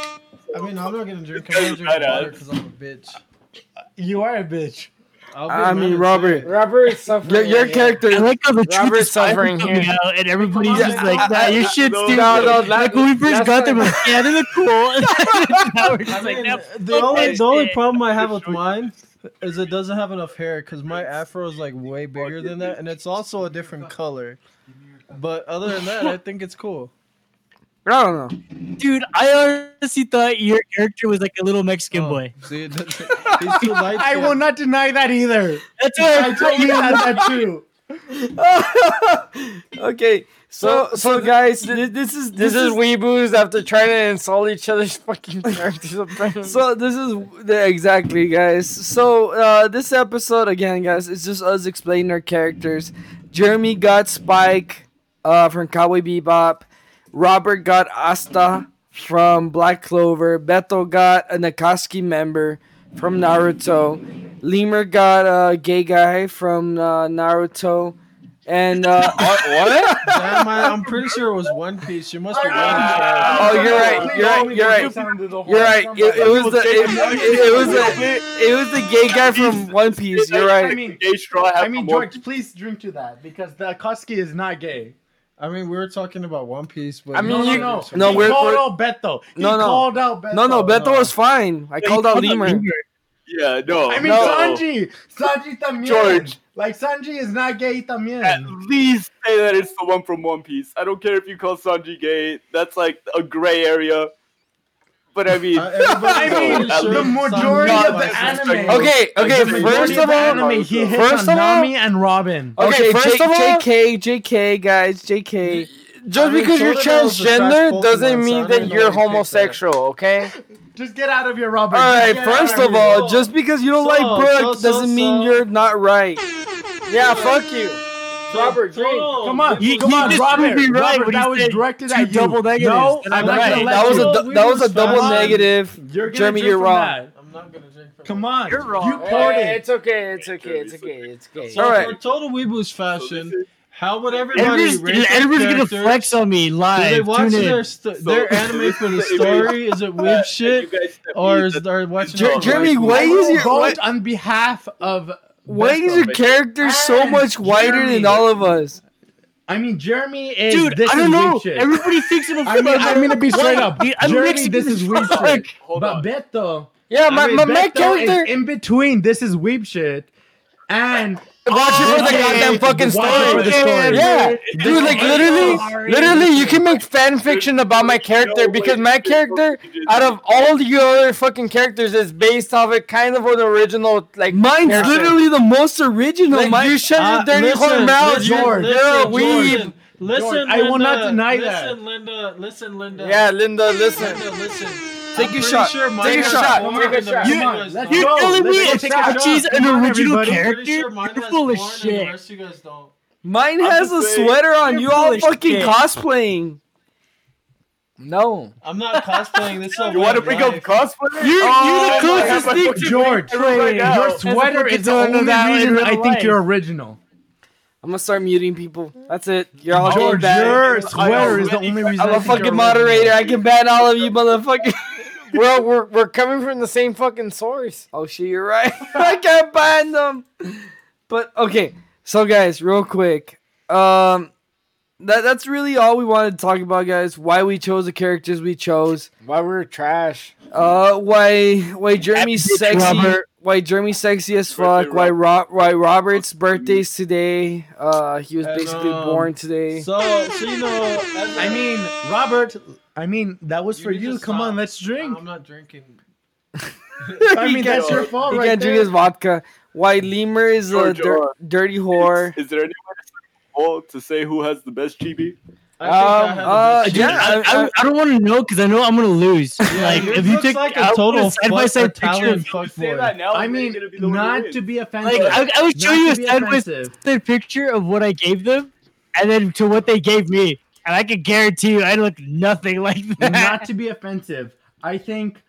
S3: I mean, I'm not gonna drink. I'm gonna drink
S5: Badass.
S3: water because I'm a bitch.
S8: You are a bitch.
S3: I'll be
S1: I mean,
S3: mad
S1: Robert,
S3: inside.
S2: Robert is
S1: Your,
S2: suffering.
S1: your
S2: right
S1: character
S4: I like how the truth
S2: Robert's
S4: is finally
S2: suffering
S4: coming
S2: here.
S4: out, and everybody's
S3: Yeah,
S4: just like, "Nah, your shit's
S5: no,
S4: stupid."
S2: no, no,
S4: like
S2: that-
S4: when we first
S2: that's
S4: got there,
S2: not-
S4: we're like, yeah, they look cool. And then now we're just
S3: I
S4: like,
S3: mean,
S4: "No,
S3: the
S4: fuck
S3: only
S4: that
S3: the only
S4: shit."
S3: problem I have with
S5: Sure.
S3: mine is it doesn't have enough hair because my afro is like way bigger than that, and it's also a different color. But other than that, I think it's cool.
S1: I don't know.
S4: dude, I honestly thought your character was like a little Mexican
S3: Oh,
S4: boy.
S3: See, it doesn't- he's too light.
S8: I will not deny that either.
S4: That's why I,
S8: I told you that, that too.
S1: okay, so so guys, th- this is
S2: This is weeboos after trying to insult each other's fucking characters. apparently.
S1: So this is the, exactly, guys. So uh, this episode again, guys, it's just us explaining our characters. Jeremy got Spike. uh, from Cowboy Bebop. Robert got Asta from Black Clover. Beto got a Nakatsuki member from Naruto. Lemur got a gay guy from uh, Naruto. And uh,
S2: what?
S3: Damn, I, I'm pretty sure it was One Piece. You must be one.
S1: oh, you're right, you're right, you're right. You're right. It, it was the it, it- it was the it was the gay guy from One Piece. You're
S8: I
S1: right.
S8: mean,
S5: Gay straw
S8: I
S5: have
S8: mean,
S5: more.
S8: George, please drink to that because the Koski is not gay.
S3: I mean, we were talking about One Piece, but
S1: I mean,
S8: No,
S1: you-
S8: no,
S1: no,
S8: no. he
S1: we're-
S8: called
S1: we're-
S8: out Beto. He
S1: No, no.
S8: called out Beto.
S1: No, no, Beto
S3: no.
S1: was fine. I called out Lemur.
S5: Yeah, no.
S8: I mean,
S5: no.
S8: Sanji. Sanji también.
S5: George.
S8: Like, Sanji is not gay también.
S5: At least say that it's the one from One Piece. I don't care if you call Sanji gay. That's like a gray area. But I
S3: Uh,
S5: mean,
S8: Uh, I mean, the majority
S5: Sanji
S8: of
S5: is
S8: the anime.
S1: Okay, okay.
S5: Like,
S1: First of all,
S8: anime, he hits
S1: first
S8: on
S1: of all-
S8: Nami and Robin.
S1: Okay,
S2: Okay,
S1: first
S2: J-
S1: of all,
S2: JK,
S1: JK, JK, guys, JK.
S2: Just
S3: I mean,
S2: because you're
S3: Soda Bell's a trash
S2: transgender
S3: Pokemon,
S2: doesn't
S3: so I
S2: mean
S3: don't
S2: that
S3: even know
S2: you're
S3: why you picked that.
S2: homosexual, okay?
S8: Just get out of here, Robin.
S1: All
S8: Just
S1: right,
S8: get out
S1: first
S8: here.
S1: of all, just because you don't
S3: So,
S1: like Brooke
S3: so, so,
S1: doesn't mean
S3: so.
S1: you're not right.
S2: Yeah, fuck you. Robert,
S8: Come on,
S4: He-
S8: come
S4: he
S8: on,
S4: just
S8: Robert.
S4: proved me right
S8: Robert,
S4: when he
S8: that was
S4: said
S8: directed
S4: two
S8: at you.
S4: double negatives.
S8: No,
S4: And
S8: I'm
S4: I'm
S8: not
S4: right.
S8: gonna let
S1: That was
S8: you.
S1: a du- that was a double
S8: Fine.
S1: negative.
S8: You're gonna
S1: Jeremy,
S8: drink
S1: you're
S8: from
S1: wrong.
S8: that.
S3: I'm not gonna drink from
S8: Come on,
S4: You're wrong.
S8: You poured it.
S2: it's okay, it's okay, it's okay, it's okay.
S3: So
S1: All right.
S3: for total weeboo's fashion, how would everybody
S4: Edward's,
S3: rate
S4: Edward's
S3: their
S4: gonna
S3: characters?
S4: flex on me
S3: Do
S4: live.
S3: they watch
S4: Tune in.
S3: their sto-
S5: So-
S3: their anime for the
S5: so if
S3: story? Is it weeb shit,
S5: you guys-
S3: or is they watching?
S1: Jer-
S3: it for
S1: Jeremy,
S3: waifu?
S1: why
S8: I
S1: is
S8: will
S1: your-
S8: vote
S1: what-
S8: on behalf of.
S1: Why is
S8: Beto.
S1: your character so
S8: And
S1: much whiter than
S8: Jeremy.
S1: all of us?
S8: I mean, Jeremy is.
S4: Dude,
S8: this
S4: I don't
S8: is
S4: know.
S8: weak shit.
S4: Everybody thinks it'll
S8: I mean, I'm gonna be straight up.
S4: Dude, I'm
S8: Jeremy,
S4: Mexican
S8: this
S4: as
S8: is weeb
S4: fuck.
S8: shit.
S5: Hold
S8: but
S5: on.
S8: Beto,
S1: Yeah, my
S8: I mean,
S1: my, my
S8: Beto
S1: character.
S8: is in between. This is weeb shit, and
S1: Watch it for the
S8: okay,
S1: goddamn fucking
S8: watch it
S1: story.
S8: for the story.
S1: Yeah,
S5: It's
S1: dude,
S5: just
S1: like
S5: like,
S1: literally,
S8: sorry.
S1: literally, you can make fan fiction about my
S5: no
S1: character
S5: way
S1: because
S5: you
S1: my
S5: can
S1: character,
S5: fucking do
S1: out
S5: that.
S1: of all your other fucking
S2: fucking characters is based off a kind of an original like
S1: Mine's
S2: character.
S1: literally the most original.
S2: Like,
S1: Mike.
S2: you shut
S3: Uh,
S2: your dirty whole
S3: listen,
S2: mouth,
S3: listen,
S2: you're,
S3: listen,
S2: you're a
S3: George,
S2: weeb.
S3: Listen,
S8: George, I will
S3: Linda,
S8: not deny that.
S3: Listen, Linda. Listen, Linda.
S2: Yeah, Linda, listen.
S3: Linda, listen.
S1: Take
S3: I'm
S1: your
S3: pretty
S1: shot.
S3: Sure mine
S1: Take your
S3: has
S1: shot.
S3: porn
S2: Take your
S3: in the
S2: shot.
S3: rest of
S4: You-
S3: guys
S8: let's
S3: don't.
S4: You're
S8: go.
S4: telling
S8: Let's
S4: me
S8: go
S4: it's
S8: take a shot.
S4: Chachi's
S8: Come
S4: an
S8: on,
S4: original
S8: everybody.
S3: I'm
S4: character?
S3: pretty sure mine
S4: You're
S3: has
S4: full of
S3: porn and the
S4: shit.
S3: rest of you guys don't.
S1: Mine
S5: I'm
S1: has a
S5: just saying-
S1: sweater on. You
S4: You're full
S1: all
S4: of
S1: fucking
S4: shit.
S1: cosplaying.
S2: No.
S3: I'm not cosplaying. This is a
S5: You want
S3: way
S5: to
S3: of
S5: bring up
S3: life.
S5: cosplay?
S4: You're,
S1: Oh,
S4: you're
S1: I
S4: the
S1: have
S4: closest
S1: my
S4: thing
S5: fucking
S4: to
S8: George,
S4: right now.
S8: your
S4: As a
S8: sweater
S4: person
S8: is the
S4: who
S8: only
S4: lives
S8: reason
S4: in
S8: I
S4: real
S8: think
S4: life.
S8: you're original.
S1: I'm gonna start muting people. That's it. You're all getting
S8: George,
S1: banned.
S8: your sweater is the only
S1: I'm
S8: reason. I
S1: a
S8: think you're
S1: fucking
S8: original.
S1: moderator. I can ban all of you, motherfucker.
S2: We're, we're, we're coming from the same fucking source.
S1: Oh shit, you're right. I can't ban them. But okay, so guys, real quick, um, that that's really all we wanted to talk about, guys. Why we chose the characters we chose.
S2: Why we're trash.
S1: Uh, why why Jeremy's sexy?
S4: Robert.
S1: Why Jeremy's sexy as
S5: Birthday
S1: fuck? Why Rob? Why Robert's birthday's today? Uh, he was
S3: And,
S1: basically
S3: um,
S1: born today.
S3: So, so you know, as a-
S8: I mean, Robert. I mean, that was
S3: You
S8: for
S3: need
S8: you.
S3: to
S8: Come on,
S3: stop.
S8: let's drink.
S3: I'm not drinking.
S8: I mean, that's your fault,
S1: He
S8: right
S1: can't
S8: there.
S1: drink his vodka. Why Lemur is a
S5: George,
S1: dir- dirty whore?
S5: Is, is there any way to start a poll to say who has the best chibi?
S3: I think I
S1: Um,
S3: have
S1: uh,
S3: a bit-
S4: Dude,
S1: Yeah,
S4: I,
S1: I-
S4: I, I don't want to know because I know I'm gonna lose. like
S3: yours
S4: if you
S3: looks
S4: take
S3: like
S4: I
S3: a
S4: want
S3: total
S4: a side by side picture, of-
S3: fuckboy.
S8: I mean, not to be
S4: like
S8: offensive.
S4: I, I would show
S8: Not
S4: you
S8: to
S4: a
S8: be
S4: side by
S8: offensive.
S4: side picture of what I gave them, and then to what they gave me, and I can guarantee you I look nothing like that.
S8: not to be offensive. I think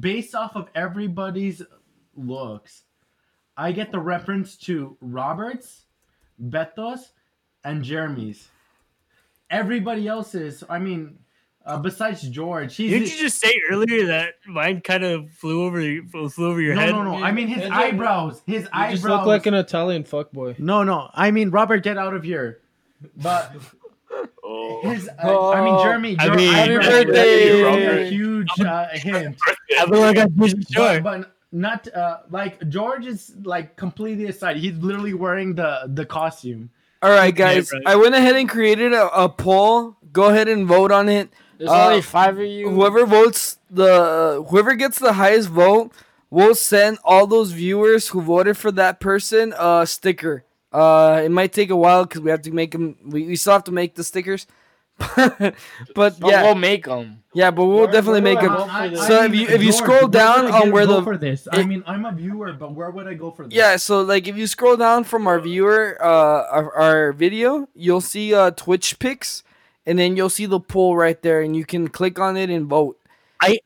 S8: based off of everybody's looks, I get the reference to Roberts, Beto's, and Jeremy's. Everybody else's, I mean, uh, besides George, he's
S4: Didn't you just say earlier that mine kind of flew over your- flew over your
S8: no,
S4: head?
S8: no, no. I mean, his
S3: Andrew,
S8: eyebrows, his
S3: You
S8: eyebrows.
S3: just look like an Italian fuckboy.
S8: no, no. I mean, Robert, get out of here. But
S5: Oh,
S8: his, uh, I mean, Jeremy,
S4: I
S8: your
S4: mean- Happy
S8: eyebrows
S2: birthday.
S8: are a huge uh, hint.
S4: I feel like I'm pretty sure.
S8: But, but not uh, like George is like completely aside. He's literally wearing the the costume.
S1: All right,
S4: Okay,
S1: guys.
S4: bro.
S1: I went ahead and created a, a poll. Go ahead and vote on it.
S2: There's
S1: Uh,
S2: only five of you.
S1: Whoever votes the whoever gets the highest vote will send all those viewers who voted for that person a sticker. Uh, it might take a while because we have to make them. We, we still have to make the stickers, but
S2: But
S1: yeah,
S2: we'll make them.
S1: yeah, but we'll
S3: Where-
S1: definitely
S3: where
S1: make
S3: do
S1: him.
S3: I-
S1: So if you if you scroll down on where the
S8: for this, I
S1: it-
S8: mean, I'm a viewer, but where would I go for this?
S1: yeah, so like if you scroll down from our viewer, uh, our, our video, you'll see uh Twitch picks, and then you'll see the poll right there, and you can click on it and vote.
S8: I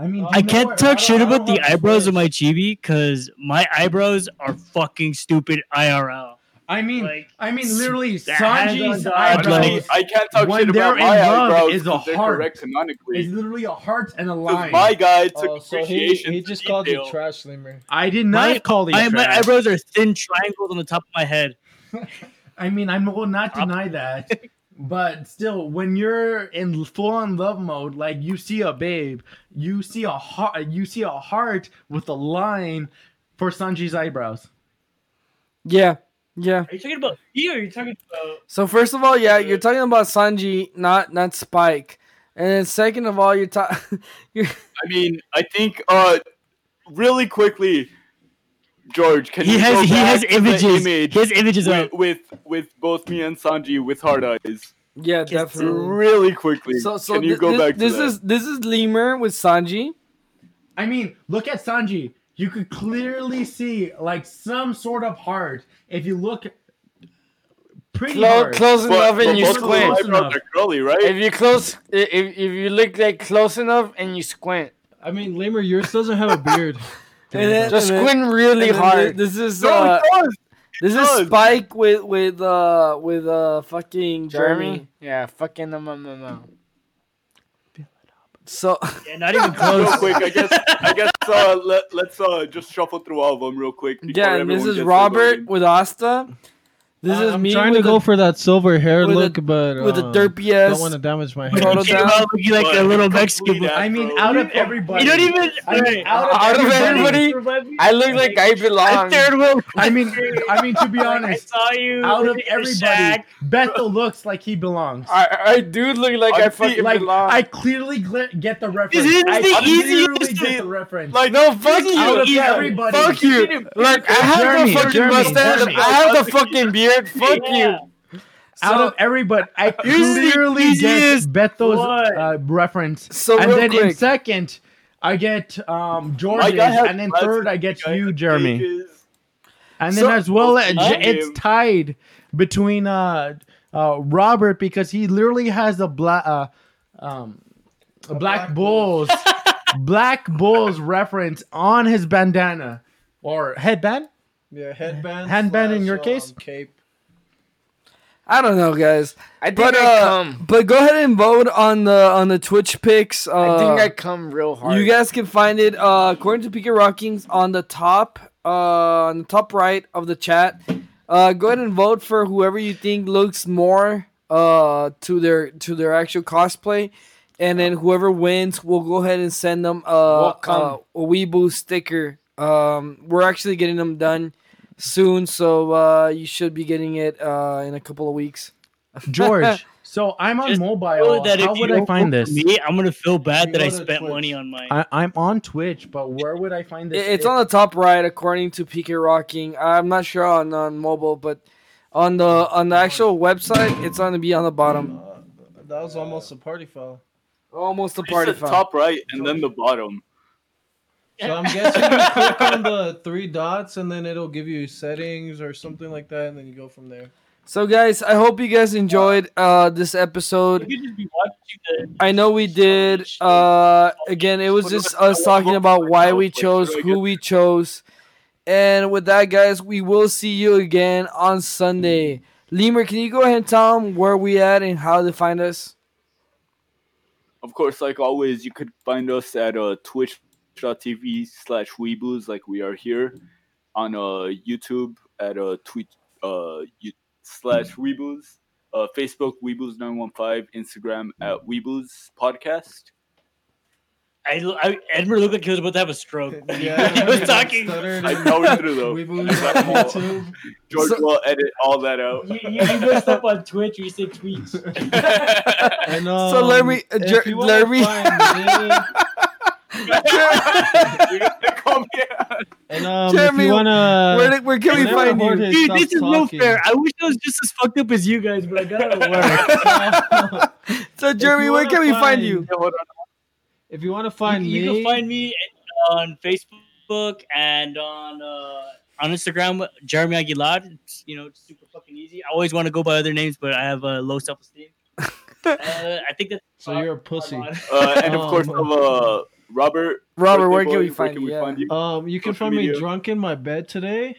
S8: mean, do
S4: I
S8: you know
S4: can't
S8: where-
S4: talk
S8: I
S4: shit
S8: don't- I
S4: about
S8: don't
S4: the
S8: have a
S4: eyebrows of
S8: Switch.
S4: my chibi because my eyebrows are fucking stupid IRL.
S8: I mean,
S4: Like,
S8: I mean,
S4: s-
S8: literally,
S4: the hand
S8: Sanji's
S4: on the
S5: Honestly,
S8: eyebrows
S4: eyebrows.
S5: I can't talk
S8: When
S5: shit
S8: they're
S5: about
S8: in
S5: my
S8: love
S5: eyebrows
S8: is a
S5: because they're
S8: heart.
S5: correct
S8: is
S5: canonically.
S8: literally a heart and a
S5: 'Cause
S8: line.
S5: my guy took
S3: Oh, so he,
S5: appreciation.
S3: he
S5: to
S3: just called
S5: detail.
S3: you trash, Lemur.
S8: I did not
S4: My-
S8: call these.
S4: I, my
S8: trash.
S4: eyebrows are thin triangles on the top of my head.
S8: I mean, I will not
S4: Up.
S8: deny that. But still, when you're in full on love mode, like you see a babe, you see a heart, you see a heart with a line for Sanji's eyebrows.
S1: Yeah, yeah.
S4: Are you talking about me or are you talking about?
S1: So first of all, yeah, you're talking about Sanji, not not Spike, and then second of all, you're talking.
S5: I mean, I think uh, really quickly, George, can
S4: He
S5: you go
S4: has he
S5: back
S4: has
S5: to the
S4: images. uh,
S5: image
S4: He has images of
S5: with, with with both me and Sanji with hard eyes?
S1: yeah,
S4: Just
S1: definitely.
S5: Really quickly,
S1: So so
S5: can you
S1: thi-
S5: go
S1: thi-
S5: back to
S1: this
S5: that?
S1: is this is Lemur with Sanji.
S8: I mean, look at Sanji. You could clearly see like some sort of heart if you look pretty
S2: Close,
S8: hard.
S2: close
S5: But-
S2: enough
S5: but
S2: and you
S5: both of
S8: squint.
S5: my
S2: squint.
S5: eyebrows are curly,
S2: If
S5: right?
S2: you close, i- if, if you look like close enough and you squint,
S3: I mean, Lemur, yours doesn't have a beard.
S1: And then-
S2: just
S1: and then-
S2: squint really
S1: and then
S2: hard.
S1: This is
S5: No, it
S1: uh,
S5: does.
S1: this is
S5: does.
S1: Spike with with uh with uh fucking Jeremy.
S2: Jeremy, yeah, fucking no, no, no, no.
S1: So
S4: yeah, not even
S5: Real
S4: close.
S5: quick, I guess. I guess uh, let let's uh, just shuffle through all of them real quick. before
S1: yeah, and this
S5: everyone
S1: is
S5: gets their
S1: Robert
S5: voting.
S1: with Asta. This
S3: I-
S1: is
S3: I'm
S1: me
S3: trying
S1: with
S3: to go
S1: the,
S3: for that silver hair
S1: with a-
S3: look, but
S1: with the
S3: um,
S1: derpy
S3: Don't want to
S1: ass.
S3: damage my
S1: Total
S3: hair.
S4: You came out looking like a
S5: But
S4: little
S5: complete
S4: Mexican. boy.
S5: ass-
S8: I mean,
S5: bro.
S8: out of everybody,
S4: You don't even.
S8: I mean, out of,
S2: Out of
S8: everybody.
S2: everybody, I look like I
S4: I'm
S2: belong.
S4: third world.
S8: I mean, I mean to be
S4: Like, I
S8: honest,
S4: saw you
S8: out of
S4: in the
S8: everybody,
S4: shack.
S8: Bethel looks like he belongs.
S2: I, I do look like I,
S5: I see-
S2: fucking
S8: like
S2: belong.
S8: I clearly gl- get the reference.
S4: is
S8: I
S4: the
S8: clearly
S4: easiest
S8: get the
S4: thing-
S8: reference.
S2: like no, fuck
S8: out
S2: you,
S8: of everybody.
S2: fuck you. Like I have
S8: Jeremy,
S2: the fucking
S8: Jeremy,
S2: mustache,
S8: Jeremy.
S2: I have the fucking beard. Fuck
S4: Yeah.
S2: you.
S8: out of everybody, I
S1: Here's the
S8: clearly get
S1: easiest
S8: Bethel's
S4: one.
S8: uh, reference.
S1: So
S8: and
S1: real
S8: then in
S1: quick.
S8: second, I get um Jordan,
S5: has
S8: and then
S5: glasses,
S8: third I get
S5: guy
S8: you,
S5: has
S8: Jeremy,
S5: ages.
S8: and then
S1: So-
S8: as well uh, J-
S5: Okay.
S8: it's tied between uh, uh Robert because he literally has a black uh, um a black bulls black bulls reference on his bandana or headband.
S3: Yeah, headband.
S8: Handband in
S3: slash,
S8: your
S3: um,
S8: case?
S3: Cape.
S1: I don't know, guys.
S2: I think
S1: But
S2: I
S1: uh,
S2: come.
S1: but go ahead and vote on the on the Twitch picks. Uh,
S2: I think I come real hard.
S1: You guys can find it uh, according to Pika Rockings on the top, uh, on the top right of the chat. Uh, go ahead and vote for whoever you think looks more uh, to their to their actual cosplay, and then whoever wins, we'll go ahead and send them uh,
S2: Welcome.
S1: uh, a Weeboo sticker. Um, we're actually getting them done soon, so uh, you should be getting it uh, in a couple of weeks.
S8: George. so I'm on
S4: Just
S8: mobile.
S4: know that
S8: How
S4: if
S8: would
S4: you
S8: I
S4: vote
S8: find
S4: for
S8: this?
S4: Me, I'm gonna feel bad
S3: You
S4: that I
S3: go to
S4: spent
S3: Twitch.
S4: money on mine.
S8: I, I'm on Twitch, but where would I find this?
S1: It- It's on the top right, according to PK Rocking. I'm not sure on, on mobile, but on the on the actual website, it's going to be on the bottom.
S3: Uh, that was almost a party foul.
S1: Almost a
S5: He said
S1: party foul.
S5: top right and then the bottom.
S3: So I'm guessing you click on the three dots and then it'll give you settings or something like that, and then you go from there.
S1: So, guys, I hope you guys enjoyed uh, this
S4: You
S1: episode.
S4: could just be watching the-
S1: I know we did. Uh, again, it was just us talking about why we chose, who we chose. And with that, guys, we will see you again on Sunday. Lemur, can you go ahead and tell them where we at and how to find us?
S5: Of course, like always, you could find us at uh, twitch.tv slash weeboos, like we are here, on uh, YouTube at uh, tweet uh, you- slash weeboos, uh, Facebook weeboos915, Instagram at weeboos podcast.
S4: I, I Edward looked like he was about to have a stroke.
S3: Yeah,
S4: he was talking.
S3: stuttered
S5: I
S3: and-
S5: powered through though.
S3: We moved on YouTube.
S5: George
S1: So-
S5: will edit all that out.
S4: You, you, you messed up on Twitch. You said tweets.
S3: And,
S1: So let
S3: um,
S1: me-
S3: if
S1: Jer-
S3: you wanna
S1: let me-
S3: find me-
S5: You're gonna call me out.
S3: And um,
S1: Jeremy,
S3: if you wanna,
S1: Where, where can we
S3: Lemur
S1: find you?
S3: Jorge,
S4: Dude,
S3: stop
S4: this is no
S3: talking.
S4: fair. I wish I was just as fucked up as you guys, but I got out of work.
S1: So Jeremy,
S3: you
S1: where
S3: wanna
S1: can we find
S3: find-
S1: you?
S3: If you want to find
S4: you,
S3: me,
S4: you can find me on Facebook and on uh, on Instagram, Jeremy Aguilar. It's, you know, it's super fucking easy. I always want to go by other names, but I have uh, low self esteem. uh, I think that's
S3: so you're a pussy.
S5: Uh, and of
S3: Oh,
S5: course,
S3: my-
S5: of, uh, Robert.
S1: Robert,
S5: Birthday
S1: where can
S5: Boy,
S1: we find you? Yeah.
S3: Um, you can
S5: Social
S3: find me
S5: media.
S3: drunk in my bed today.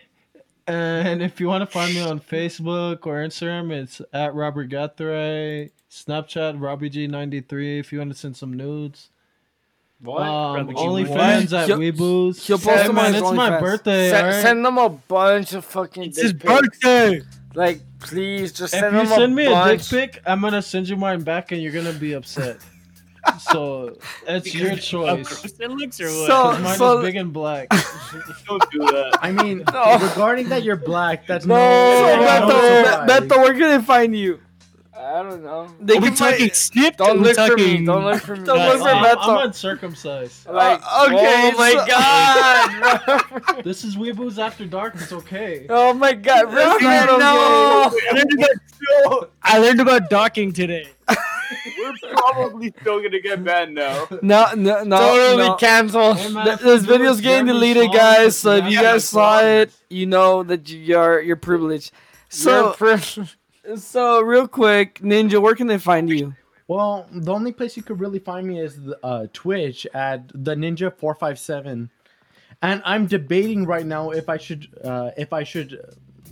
S3: And if you want to find me on Facebook or Instagram, it's at Robert Guthrie. Snapchat, RobbieG93 if you want to send some nudes. Um,
S4: Robbie G.
S3: OnlyFans at
S1: He'll-
S3: Weeboos.
S1: he'll post
S3: Hey,
S1: them on
S3: man,
S1: his
S3: It's my
S1: OnlyFans.
S3: birthday.
S2: Send,
S3: alright?
S2: send them a bunch of fucking.
S4: It's
S2: dick
S4: his
S2: pics.
S4: birthday.
S2: Like, please, just
S3: if
S2: send
S3: you
S2: them
S3: send
S2: a
S3: me a dick
S2: bunch.
S3: pic, I'm going to send you mine back and you're going to be upset. so it's your
S4: How
S3: choice.
S4: gross it looks or
S1: So,
S4: what?
S3: 'Cause Mine
S1: so
S3: is big and black.
S5: Don't do that.
S8: I mean,
S2: No.
S8: regarding that you're black, that's
S2: No,
S1: So,
S8: no,
S2: that's
S8: no
S1: Beto,
S8: surprise.
S1: Be- Beto, where can they find you?
S2: I don't know.
S1: They
S4: Are we
S1: can find-
S4: talking snipped?
S2: Don't
S4: Are we
S2: look for me.
S4: talking-
S2: Don't look for me.
S1: Don't look
S3: Guys,
S1: for
S3: I'm,
S1: Beto.
S3: I'm uncircumcised.
S2: Like,
S1: Uh, okay,
S2: oh my
S1: so-
S2: god!
S3: This is Weeboos After Dark. It's okay.
S2: oh my god! Rick
S1: Robert,
S2: Adam,
S1: no.
S2: yeah.
S4: I learned about- I learned about docking today.
S5: We're probably still gonna get banned now.
S1: No, no, no.
S2: Totally
S1: no.
S2: canceled.
S3: Hey, man,
S1: Oh, Th-
S3: if
S1: this
S3: you do
S1: video's
S3: a
S1: getting
S3: German
S1: deleted,
S3: song,
S1: guys. So if
S3: man,
S1: you
S3: I got
S1: guys saw it,
S3: problems.
S1: you know that you are you're privileged.
S2: So,
S1: So, so real quick, Ninja, where can they find you?
S8: Well, the only place you could really find me is the, uh, Twitch at the Ninja Four Five Seven, and I'm debating right now if I should uh, if I should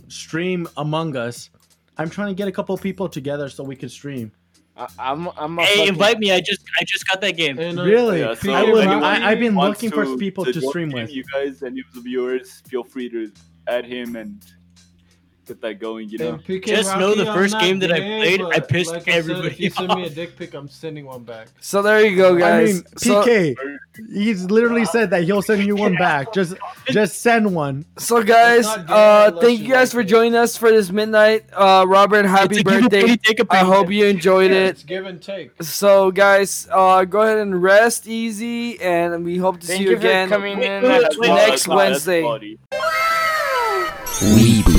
S8: stream Among Us. I'm trying to get a couple people together so we could stream.
S2: I, I'm, I'm a
S4: Hey,
S2: fucking-
S4: invite me. I just I just got that game.
S3: And, uh,
S8: Really?
S5: Yeah, so
S8: I
S5: if
S8: was,
S5: anyone
S8: I, I've been
S5: wants
S8: looking for people to
S5: join
S8: stream
S5: him,
S8: with.
S5: You guys and you the viewers, feel free to add him and get that going. You know,
S3: And PK
S4: Just know the
S3: Rocky, I'm
S4: first
S3: not
S4: game that I
S3: gay,
S4: played, I
S3: but
S4: pissed
S3: like I said, if
S4: everybody
S3: you send me a
S4: off.
S3: dick pic, I'm sending one back.
S1: So there you go, guys.
S8: I mean,
S1: so,
S8: PK, he's literally said that he'll send you one back. Just, just send one.
S1: So guys,
S3: not gay
S1: uh,
S3: unless
S1: thank
S3: you
S1: you guys
S3: like
S1: for
S3: it.
S1: joining us for this midnight. Uh, Robert,
S4: It's
S1: happy
S4: a give and
S1: birthday!
S4: take, take a
S1: I
S4: break.
S1: hope you enjoyed it.
S3: It's give and take.
S1: So guys, uh, go ahead and rest easy, and we hope to
S2: Thank
S1: see
S2: you,
S1: you
S2: for
S1: again.
S2: coming in.
S4: wait,
S2: next
S4: wait,
S2: month.
S1: next Wednesday.
S5: Body.
S9: Weeboo.